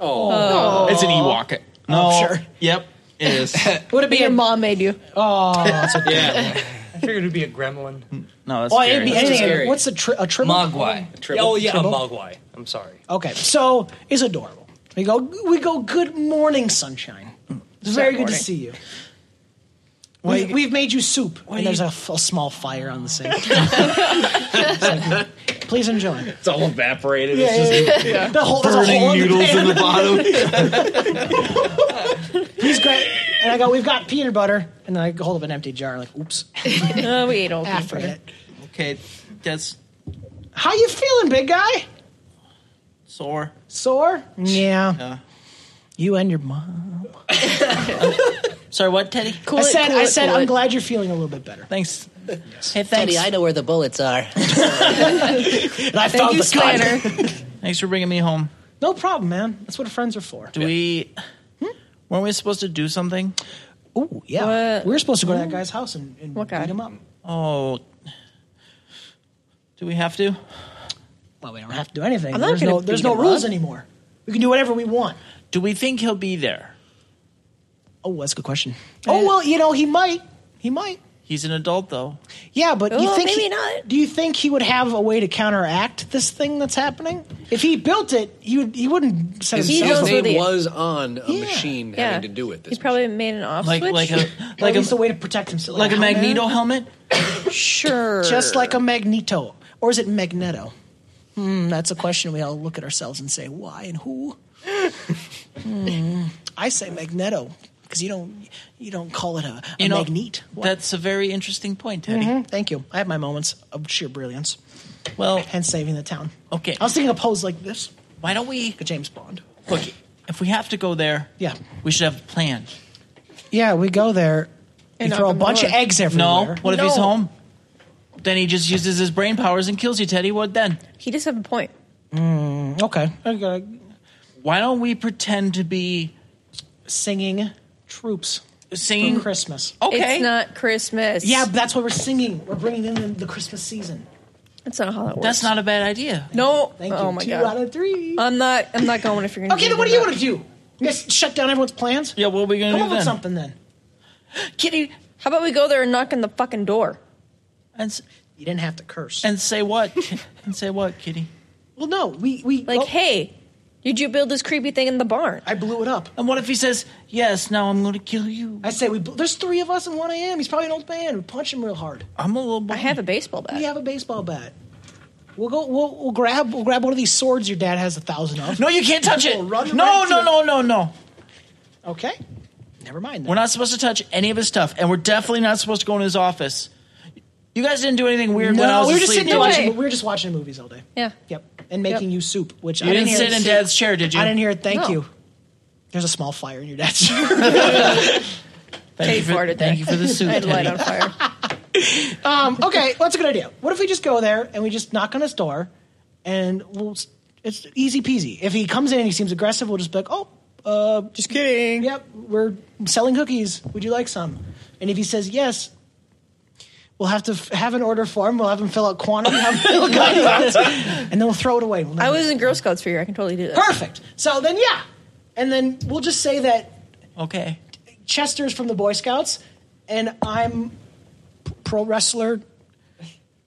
oh, It's an Ewok. No. Oh, sure. Yep. It is. Would it be Your a mom made you. yeah. I figured it'd be a gremlin. No, that's Well, scary. it'd be That's anything. scary. What's a, tri- a triple? Mogwai. triple. Oh, yeah, a mogwai. I'm sorry. Okay, so it's adorable. We go, we go. Good morning, sunshine. It's very good to see you. We, we've made you soup, and there's a, f- a small fire on the sink. It's like, Please enjoy. It's all evaporated. Yeah, yeah, yeah. The whole, there's a hole in the pan. the bottom. Please grab. And I go, we've got peanut butter, and then I hold up an empty jar, like, oops, No, Uh, we ate all I peanut butter. forget. okay, that's How you feeling, big guy? sore. Sore? Yeah. Yeah. You and your mom. Sorry, what, Teddy? Cool I said, it, cool I it, said, cool I'm it. glad you're feeling a little bit better. Thanks. Hey, thanks. Teddy, I know where the bullets are. And I Thank found Oh, you, the gun. Spanner. Thanks for bringing me home. No problem, man. That's what friends are for. Do we? Hmm? Weren't we supposed to do something? Ooh, yeah. We were supposed to go to that guy's house and, and beat him up. Oh, do we have to? Well, Oh, we don't have to do anything. I'm not there's gonna no, there's beat no him rules up. anymore. We can do whatever we want. Do we think he'll be there? Oh, that's a good question. Oh well, you know he might. He might. He's an adult, though. Yeah, but you Oh, think maybe he- not. Do you think he would have a way to counteract this thing that's happening? If he built it, he would, he wouldn't set His, his himself. name was on a machine having to do with this. He probably made an off Like- switch. like a- like a, a way to protect himself, like a Magneto helmet. sure, just like a Magneto, or is it Magneto? Hmm, that's a question we all look at ourselves and say, why and who? Hmm, I say Magneto because you don't you don't call it a, a You know, Magnete. What? That's a very interesting point, Teddy. Mhm, Thank you. I have my moments of sheer brilliance. Well, hence saving the town. Oh. Okay. I was thinking a pose like this. Why don't we? James Bond. Look, if we have to go there, yeah, we should have a plan. Yeah, we go there. We And throw knock a on bunch the of door. eggs everywhere. No. What if he's home? Then he just uses his brain powers and kills you, Teddy. What then? He does have a point. okay. Why don't we pretend to be singing troops singing for Christmas? It's not Christmas. Yeah, but that's what we're singing. We're bringing in the, the Christmas season. That's not how that works. That's not a bad idea. No. Thank oh you. my Two god. out of three. Uh, I'm not. I'm not going if you're gonna. Okay, then what do you want to do? Just shut down everyone's plans. Yeah, what are we gonna Come do up with then? something then? Kitty, how about we go there and knock on the fucking door? And s- you didn't have to curse. And say what? and say what, Kitty? Well, no, we we like. hey, did you build this creepy thing in the barn? I blew it up. And what if he says yes? Now I'm going to kill you. I say we. bl- There's three of us and one a.m. He's probably an old man. We punch him real hard. I'm a little. Boy. I have a baseball bat. We have a baseball bat. We'll go. We'll, we'll grab. We'll grab one of these swords your dad has a thousand of. No, you can't touch it. We'll run no, right no, to- no, no, no. Okay. Never mind. We're not supposed to touch any of his stuff, and we're definitely not supposed to go in his office. You guys didn't do anything weird when I was we were asleep. just sitting there did you? watching. We were just watching movies all day. Yeah. Yep. And making you soup, which You I didn't didn't sit hear in soup. Dad's chair, did you? I didn't hear it. Thank No. you. There's a small fire in your dad's chair. Thank you for, Thank you for the soup. Teddy. fire. um, okay, well, that's a good idea. What if we just go there and we just knock on his door, and we'll it's easy peasy. If he comes in and he seems aggressive, we'll just be like, oh, uh, just kidding. Yep, we're selling cookies. Would you like some? And if he says yes. We'll have to f- have an order form. We'll have him fill out quantity, have him fill out quantity, and then we'll throw it away. We'll I was in Girl Scouts for you. I can totally do that. Perfect. So then, yeah. And then we'll just say that Okay. Chester's from the Boy Scouts, and I'm p- pro wrestler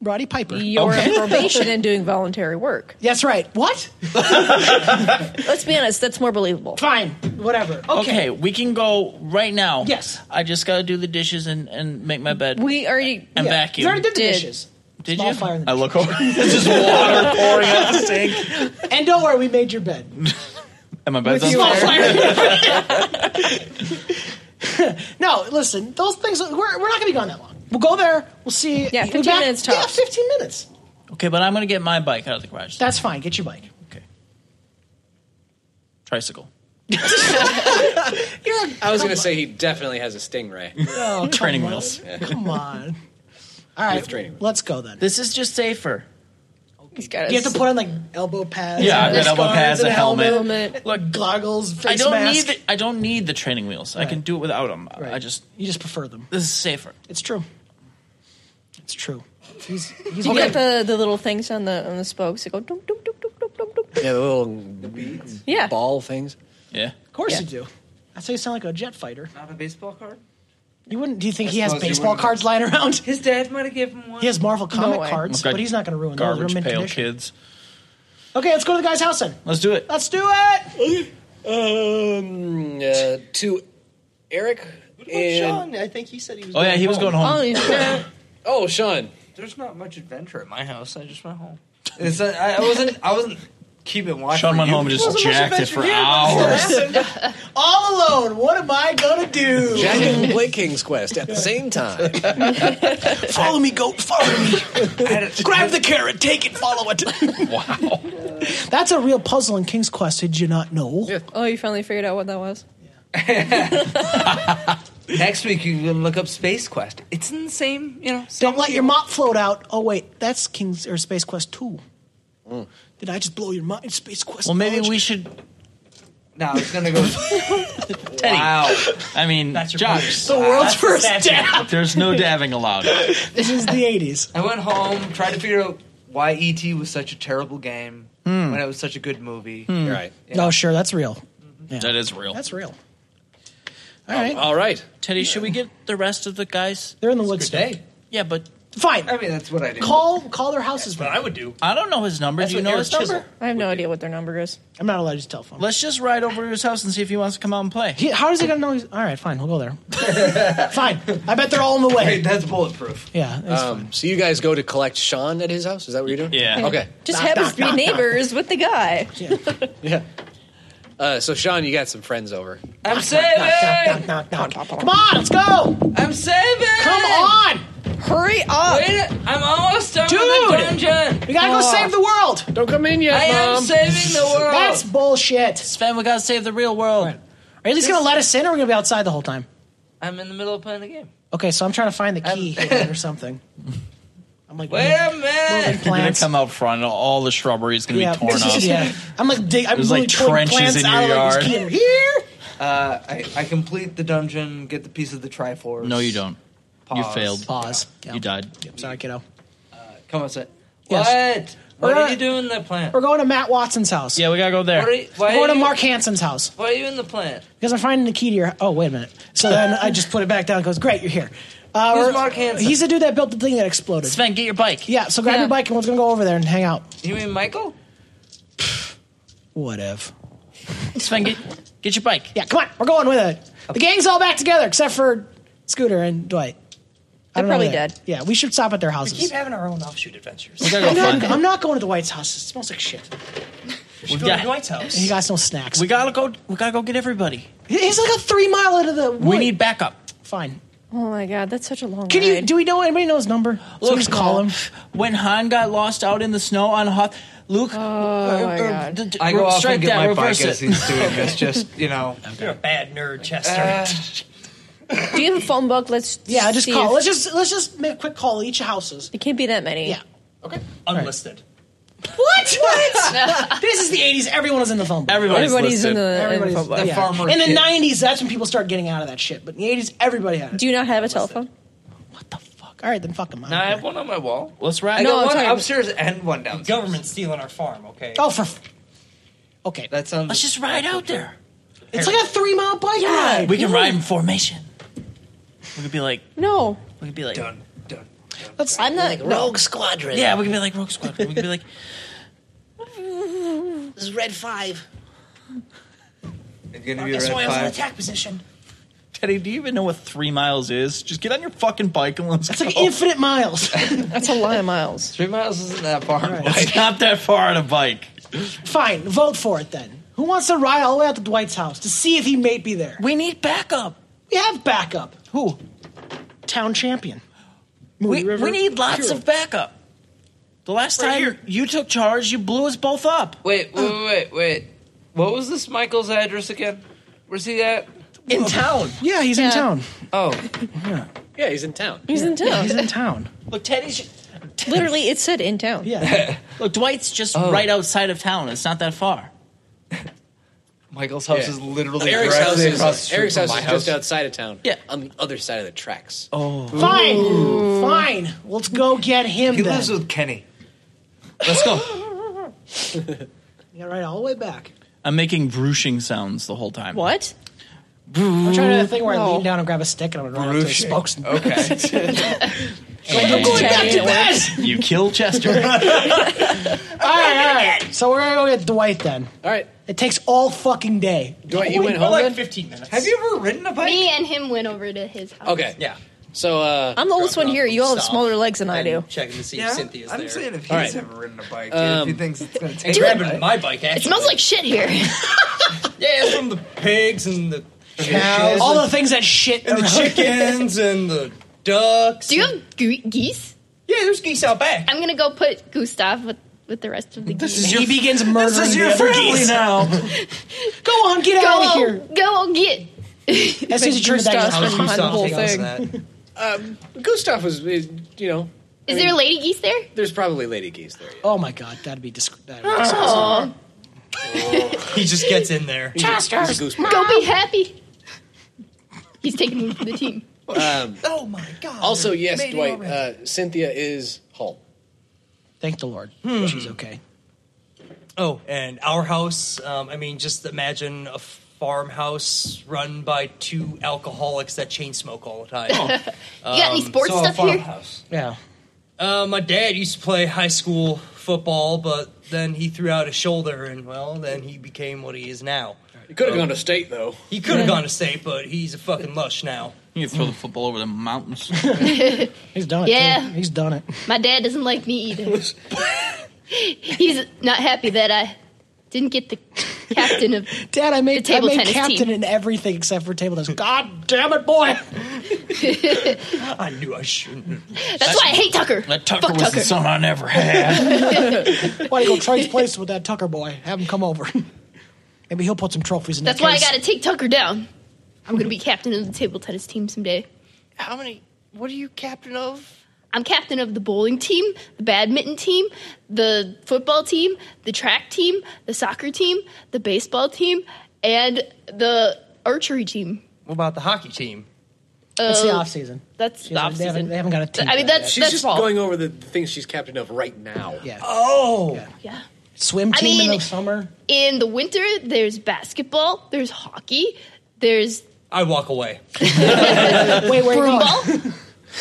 Roddy Piper. You're on probation and doing voluntary work. That's right. What? Let's be honest. That's more believable. Fine. Whatever. okay. we can go right now. Yes. I just got to do the dishes and, and make my bed. We already And yeah. vacuum. You already did the Did. dishes. Did Small you? fire in I look over. There's just water pouring out the sink. And don't worry, we made your bed. And my bed's on Small fire. fire. no, listen, those things, we're, we're not going to be gone that long. We'll go there. We'll see. Yeah, 15 minutes Yeah, tops. 15 minutes. Okay, but I'm going to get my bike out of the garage. That's fine. Get your bike. Tricycle. I was going to say he definitely has a stingray. Oh, come Training on. wheels. Come on. All right. With training wheels. Let's go then. This is just safer. You have to put on like elbow pads. Yeah, I've and got elbow scarves pads, and a helmet. Look, goggles, face I don't mask. need. The, I don't need the training wheels. I can do it without them. I just. You just prefer them. This is safer. It's true. It's true. He's, he's Do you okay. got the, the little things on the on the spokes that go dum dum dum? Yeah, the little beads. Yeah. ball things. Yeah. Of course Yeah. you do. That's how you sound like a jet fighter. Not a baseball card. You wouldn't? Do you think I he has suppose you baseball wouldn't. cards lying around? His dad might have given him one. He has Marvel comic way. cards, Got but he's not going to ruin those. They're garbage mint pail condition. kids. Okay, let's go to the guy's house then. Let's do it. Let's do it. Um, uh, to Eric and I think he said he was. Oh, yeah, going he was going home. Oh, he's oh Sean. There's not much adventure at my house. I just went home. It's uh, I, I wasn't. I wasn't keeping watch. Sean for went you. home and just Wasn't much jacked it adventure for here, hours. All alone. What am I going to do? Jack and Blake King's quest at the same time. Follow me, goat. Follow me. Grab the carrot, take it, follow it. wow. That's a real puzzle in King's Quest. Did you not know? Oh, you finally figured out what that was. Next week you can look up Space Quest. It's in the same, you know. Don't let your mop float out. Oh wait, that's King's or Space Quest Two. Mm. Did I just blow your mind? Space Quest. Well, maybe knowledge? we should. No, it's gonna go. Teddy. I mean, Josh. The world's first dab. There's no dabbing allowed. This is the '80s. I went home, tried to figure out why ET was such a terrible game Hmm. when it was such a good movie. Hmm. No, sure, that's real. That is real. That's real. All Oh, right. all right. Teddy, should we get the rest of the guys? They're in the woods today. Yeah, but fine. I mean, that's what I do. Call call their houses. What I would do. I don't know his number. That's do you what know Eric his number? Chisel I have no idea what their number is. I'm not allowed to use telephone. Let's just ride over to his house and see if he wants to come out and play. He, how does he gonna know? He's, all right, fine. We'll go there. fine. I bet they're all in the way. that's bulletproof. Yeah. Um, so you guys go to collect Sean at his house? Is that what you're doing? Yeah. Okay. Just happens to be neighbors with the guy. Yeah. Uh, so Sean, you got some friends over. I'm saving. Come on, let's go. I'm saving. Come on. Hurry up. Wait, I'm almost done Dude, with the dungeon. we gotta go save the world. Don't come in yet, I am Mom. saving the world. That's bullshit. Sven, we gotta save the real world. Are you at least gonna let us in, or are we gonna be outside the whole time? I'm in the middle of playing the game. Okay, so I'm trying to find the key Um, here or something. I'm like, Wait a minute. You're gonna come out front, and all the shrubbery is gonna yeah, be torn up. yeah. I'm like, dig- I'm There's, really like, pulling trenches plants in out your of like, this yard. key in here. Uh, I, I complete the dungeon, get the piece of the Triforce. No, you don't. You Pause. failed. Pause. You died. Sorry, kiddo. Come on, sit. Yes. What? What We're are you not- doing in the plant? We're going to Matt Watson's house. Yeah, we gotta go there. What are you- why We're going are to you- Mark Hansen's house Why are you in the plant? because I'm finding the key to your. Oh, wait a minute. So then I just put it back down. and Goes great. You're here. Uh, Who's we're- Mark Hansen? He's the dude that built the thing that exploded. Sven, get your bike. Yeah. So grab your bike and we're gonna go over there and hang out. You mean Michael? Whatever. Sven, get get your bike. Yeah, come on. We're going with it. The gang's all back together except for Scooter and Dwight. I They're don't know probably where they- dead. Yeah, we should stop at their houses. Keep having our own offshoot adventures. I'm, not, I'm not going to Dwight's house. It smells like shit. Should go got- to Dwight's And house. he got no snacks. We gotta go. We gotta go get everybody. He's like a three mile into the. We wood. need backup. Fine. Oh my god, that's such a long Can you? Do we know anybody know his number? So we just uh, call him. When Han got lost out in the snow on Hoth, Luke. uh, Oh my God. I go off and get my bike as it. he's doing this. Just you know, Uh, You're a bad nerd, Chester. Do you have a phone book? Let's Yeah, just see call. if- Let's just let's just make a quick call each houses. It can't be that many. Yeah. Unlisted. What? What? this is the '80s. Everyone was in the phone book. Everybody's, Everybody's in listed. the- in the Everybody's phone book. yeah. farmer In the kid. '90s, that's when people started getting out of that shit. But in the '80s, everybody had it. Do you not have a telephone? Fuck. All right, then fuck him. now I have one on my wall. Let's ride. I No, I'm got sorry. one upstairs and one downstairs. Government stealing our farm, okay? Oh, for. F- okay, That sounds. Let's just ride out there. it's like a three mile bike ride. We can ride in formation. We could be like. No. We could be like. done. Done. Let's, I'm not. Rogue Squadron. Yeah, we could be like Rogue Squad. We could be like. This is Red Five. It's gonna be a red five. attack position. Teddy, do you even know what three miles is? Just get on your fucking bike and let's It's like infinite miles. That's a lot of miles. Three miles isn't that far. It's not that far on a bike. Fine, vote for it then. Who wants to ride all the way out to Dwight's house to see if he may be there? We need backup. We have backup. Who? Town champion. We, Moody River we need lots hero. of backup. The last time you took charge, you blew us both up. Wait, wait, wait, wait. What was this Michael's address again? Where's he at? In town. Yeah, he's in Yeah. town. Oh, Yeah, he's in town. He's in town. He's in town. Look, Teddy's. Literally, it said in town. Yeah. Look, Dwight's just Oh. right outside of town. It's not that far. Michael's house Yeah. is literally Eric's house directly is, across the street Eric's from house my is house. Oh. just outside of town. Yeah. on the other side of the tracks. Fine. Fine. Let's go get him He then. lives with Kenny. Let's go. yeah, right all the way back. I'm making brushing sounds the whole time. What? I'm trying to do the thing where I lean down and grab a stick and I'm going to run up to his spokes. and- Okay. I'm going back to bed. You kill Chester. All right, all right. So we're going to go get Dwight then. All right, It takes all fucking day. Dwight, you went We're home. like then? 15 minutes. Have you ever ridden a bike? Me and him went over to his house. Okay, Yeah. So uh, I'm the oldest one here. You all have Stop. smaller legs than I do. I'm Checking to see Yeah, if Cynthia's I'm there. saying if he's All right. ever ridden a bike, if Um, he thinks it's going to Hey, take a grabbing bike. my bike, actually. It smells like shit here. Yeah, it's from the pigs and the cows. All the things that shit. and the around. chickens and the ducks. Do you have ge- geese? yeah, there's geese out back. I'm gonna go put Gustav with, with the rest of the geese. And he begins murdering this is the your other family geese. now. Go on, get go, out of here. go get. As soon as he turns back, Gustav's he's like, from behind the whole thing. Gustav was, is, you know, Is there lady geese there? There's probably lady geese there. Oh my god, that'd be disc- that'd be Oh, he just gets in there. Chasters, go be happy. He's taking one for the team. Um, oh my god. Also, yes, Made it Dwight. already. Uh, Cynthia is Hull. Thank the Lord. Hmm. She's okay. Oh, and our house. Um, I mean, just imagine a farmhouse run by two alcoholics that chain smoke all the time. You got any sports Um, so a stuff here? farmhouse. Yeah. Uh, my dad used to play high school football, but then he threw out his shoulder, and well, then he became what he is now. He could Oh. have Um, gone to state though. He could have gone to state, but he's a fucking lush now. You can throw the football over the mountains. He's done it, Yeah. too. He's done it. My dad doesn't like me either. He's not happy that I didn't get the captain of Dad, I made, the table I made tennis captain team. in everything except for table tennis. God damn it, boy! I knew I shouldn't. That's, why I hate Tucker. That Tucker Fuck was Tucker. the son I never had. Why don't you go trade places with that Tucker boy? Have him come over. Maybe he'll put some trophies in That's that why I case. gotta take Tucker down. I'm gonna be captain of the table tennis team someday. How many? What are you captain of? I'm captain of the bowling team, the badminton team, the football team, the track team, the soccer team, the baseball team, and the archery team. What about the hockey team? It's the Uh, off season. That's the off They haven't, season. they haven't got a team. I mean, that's She's that's just fall. going over the things she's captain of right now. Yeah. Oh, yeah. Swim I team in mean- the summer. In the winter, there's basketball, there's hockey, there's I walk away. Wait, wait, no. broomball,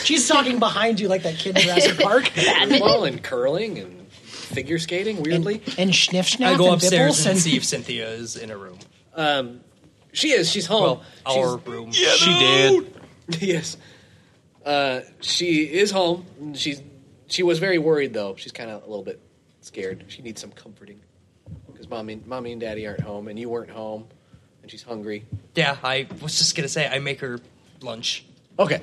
She's talking behind you like that kid in Jurassic Park. Well, and curling and figure skating. Weirdly, And sniff schnaff I go and upstairs bibbles and see if Cynthia is in a room. um, she is. She's home. Well, our room. she did. She's, yes. Uh, she is home. She's. She was very worried though. She's kind of a little bit scared. She needs some comforting because mommy, mommy and daddy aren't home, and you weren't home, and she's hungry. Yeah, I was just gonna say I make her lunch. Okay.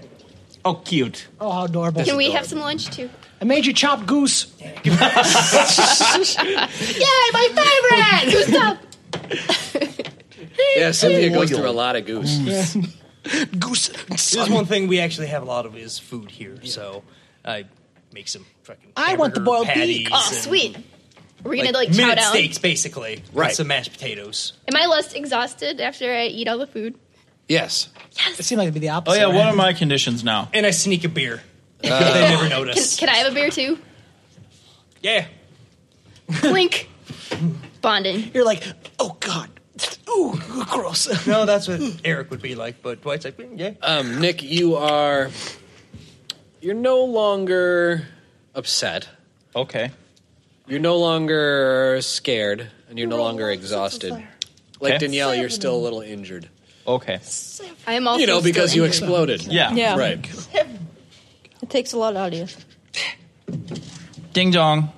Oh, cute. Oh, how adorable. Can we have some lunch too? I made you chop goose. Yay, my favorite! Gustav! Yeah, Cynthia goes through a lot of goose. Goose. There's one thing we actually have a lot of is food here, so I make some fucking. I want the hamburger boiled patties beak. Oh, and, sweet. We're gonna Like, like, chow minute down. steaks, basically. with Right. Some mashed potatoes. Am I less exhausted after I eat all the food? Yes. It seemed like it'd be the Oh opposite. yeah, right? what are my conditions now? And I sneak a beer. they never Can, notice. can I have a beer too? yeah. Blink. Bonding. You're like, oh god, ooh, gross. No, that's what Eric would be like, but Dwight's like, "Mm, yeah. Um, Nick, you are. You're no longer upset. Okay. You're no longer scared, and you're no longer exhausted. Like Okay. Danielle, you're still a little injured. Okay. I am also. You know, because still you injured. exploded. Yeah. Yeah. Right. It takes a lot out of you. Ding dong.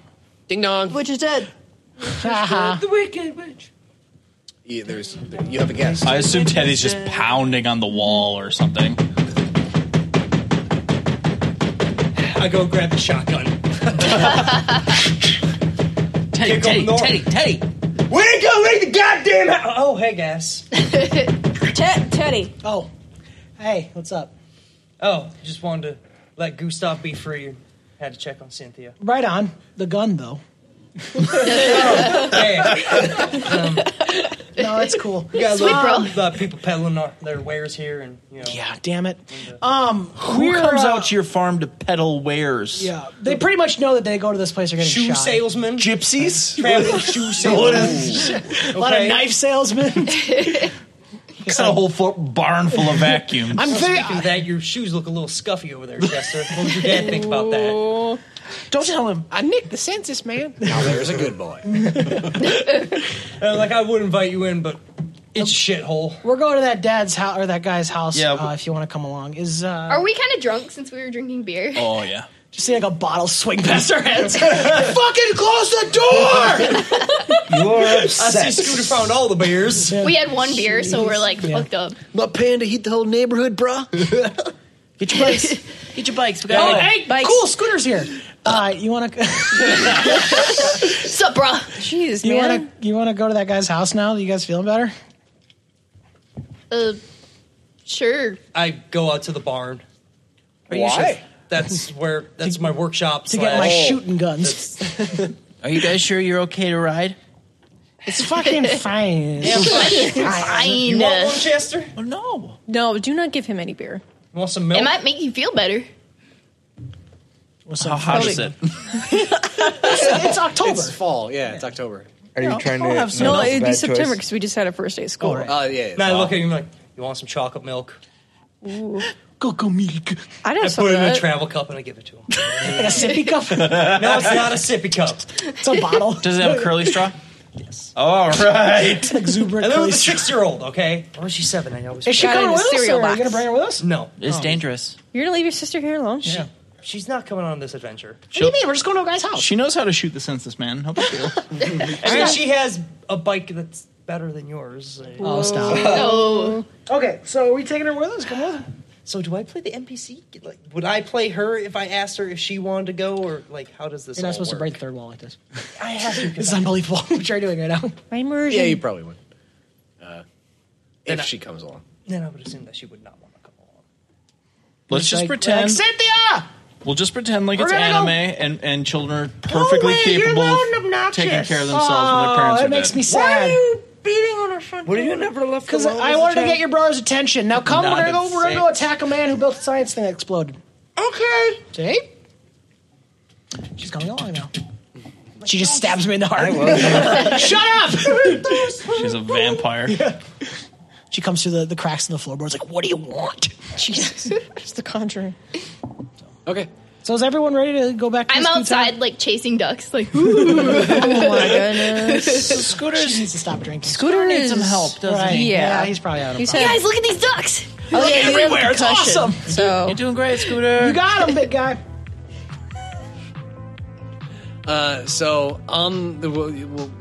Ding dong. Which is dead. The Wicked Witch. Yeah, there's, you have a guess. I assume Teddy's just pounding on the wall or something. I go grab the shotgun. Teddy, Teddy, Teddy, Where'd go leave the goddamn house? Oh, hey, guys. Ted, Teddy. oh, hey, what's up? Oh, just wanted to let Gustav be free. Had to check on Cynthia. Right on the gun though. Hey, No, that's cool. got a Sweet, lot bro. of uh, people peddling our, their wares here, and you know. Yeah, damn it. Um, Who comes uh, out to your farm to peddle wares? Yeah, they pretty much know that they go to this place. They're getting Shoe shot. salesman, Gypsies? traveling shoe salesman. A lot of knife salesmen. Got a whole fo- barn full of vacuums. I'm uh, Speaking of thinking. that, your shoes look a little scuffy over there, Chester. What would your dad think about that? Don't tell him. I nicked the census, man. Now there's a good boy. Uh, like, I would invite you in, but it's a shithole. We're going to that dad's house or that guy's house. Yeah, uh, we- if you want to come along, is uh, Are we kind of drunk since we were drinking beer? oh, yeah. just see like a bottle swing past our heads. Fucking close the door. You're I see upset. Scooter found all the bears. We had one beer, so we're like Yeah. fucked up. My panda hit the whole neighborhood, bruh. Get your bikes. Get your bikes. We Oh, hey, bikes. cool. Scooter's here. Uh, you want to? Sup, bruh? Jeez, You man. want to? You want to go to that guy's house now? You guys feeling better? Uh, sure. I go out to the barn. Why? That's where that's my workshop. to get my slash- shooting guns. Are you guys sure you're okay to ride? It's fucking fine. Yeah, You want one, Chester? Oh, No. No, do not give him any beer. Want some milk? It might make you feel better. How hot is it? it's October. It's fall. Yeah, it's October. Are you trying to? no, it'd be September because we just had our first day of school. Oh yeah. Now I look at him like, you want some chocolate milk? Cocoa milk. I don't I some put of it in a that. travel cup and I give it to him. a sippy cup. no, it's not a sippy cup. It's a bottle. Does it have a curly straw? Yes. All right. exuberant. I live with a curly- six-year-old. Okay, or is she seven? I always. Is she Got it coming in with a us? Or cereal are you box. gonna bring her with us? No. It's dangerous. You're gonna leave your sister here alone? Yeah. She's not coming on this adventure. What do you mean? We're just going to a guy's house. She knows how to shoot the census, man. Help her feel. I mean, she has a bike that's better than yours. Oh, stop. No. Okay, so are we taking her with us? Come with us. So do I play the NPC? Like, would I play her if I asked her if she wanted to go, or like, how does this? You're not all supposed to work? break the third wall like this. I have to. This 'cause is unbelievable. what you're doing right now. My immersion. Yeah, you probably would. Uh, Then if I- she comes along. Then I would assume that she would not want to come along. Let's just like- pretend. like, Cynthia! We'll just pretend like We're it's gonna anime go- and, and children are perfectly away, you're capable loud and of obnoxious. taking care of themselves when their Oh, parents are that makes dead. me sad. Beating on our front What are you never left? Because alone as I a wanted to get child? your brother's attention. Now come, Not we're gonna go. We're gonna go insane. attack a man who built a science thing that exploded. Okay. See? She's coming along now. She just stabs me in the heart. Shut up! She's a vampire. She comes through the, the cracks in the floorboards. Like, what do you want? Jesus. Just the conjuring. Okay. So is everyone ready to go back? To I'm the scooter? outside like chasing ducks. Like Oh my goodness. She needs to stop drinking. Scooter needs some help, doesn't Right. he? Yeah. Yeah. he's probably out of. He He's said, Oh, guys, look at these ducks. look everywhere. It's awesome. So, You're doing great, Scooter. You got him, big guy. Uh, so um, the, we'll, we'll,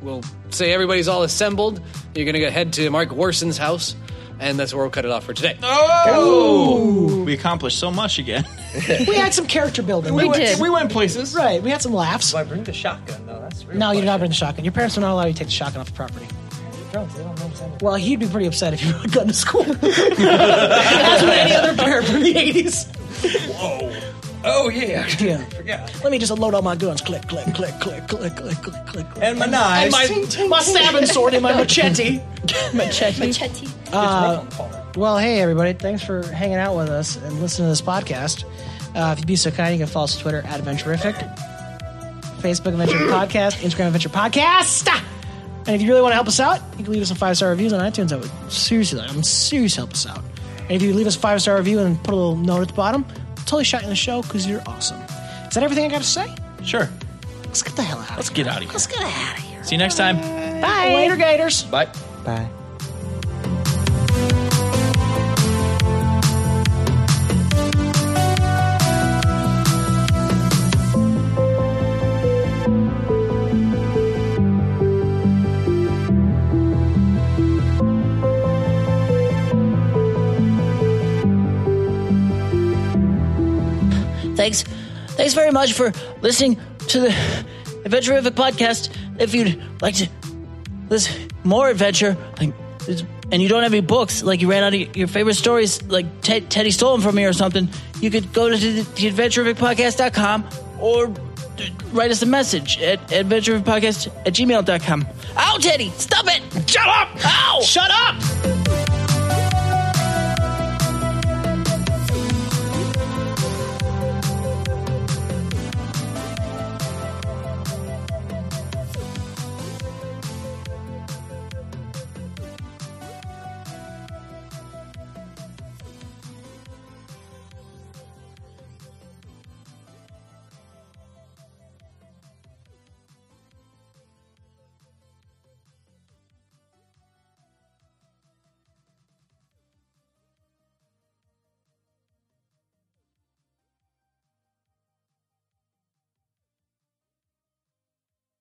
we'll say everybody's all assembled. You're gonna go head to Mark Worson's house, and that's where we'll cut it off for today. oh, we accomplished so much again. We had some character building. We did. We went places. Right. We had some laughs. Do I bring the shotgun though? That's real No, question. you did not bring the shotgun. Your parents would not allow you to take the shotgun off the property. Drunk, they don't know what's in it. Well, he'd be pretty upset if you brought a gun to school. As with any other parent from the 80s. Oh yeah, Yeah. yeah. Let me just unload all my guns. Click, click, click, click, click, click, click, click. click. And my knives. my, my stabbing sword and my machete. Machete. Uh, All Well, hey, everybody. Thanks for hanging out with us and listening to this podcast. Uh, if you'd be so kind, you can follow us on Twitter at Adventurific, Facebook Adventure Podcast, Instagram Adventure Podcast. And if you really want to help us out, you can leave us some five star reviews on iTunes. That would seriously, I'm serious, help us out. And if you leave us a five star review and put a little note at the bottom, we'll totally shout you in the show because you're awesome. Is that everything I got to say? Sure. Let's get the hell out. Let's get out of here. Let's get out of here. See you next time. Bye. Later, Gators. Bye. Bye. thanks thanks very much for listening to the adventurific podcast if you'd like to listen more adventure like it's- and you don't have any books like you ran out of your favorite stories like Ted teddy stole them from me or something you could go to the, the adventurificpodcast.com or write us a message at adventurificpodcast at gmail.com ow teddy stop it shut up ow shut up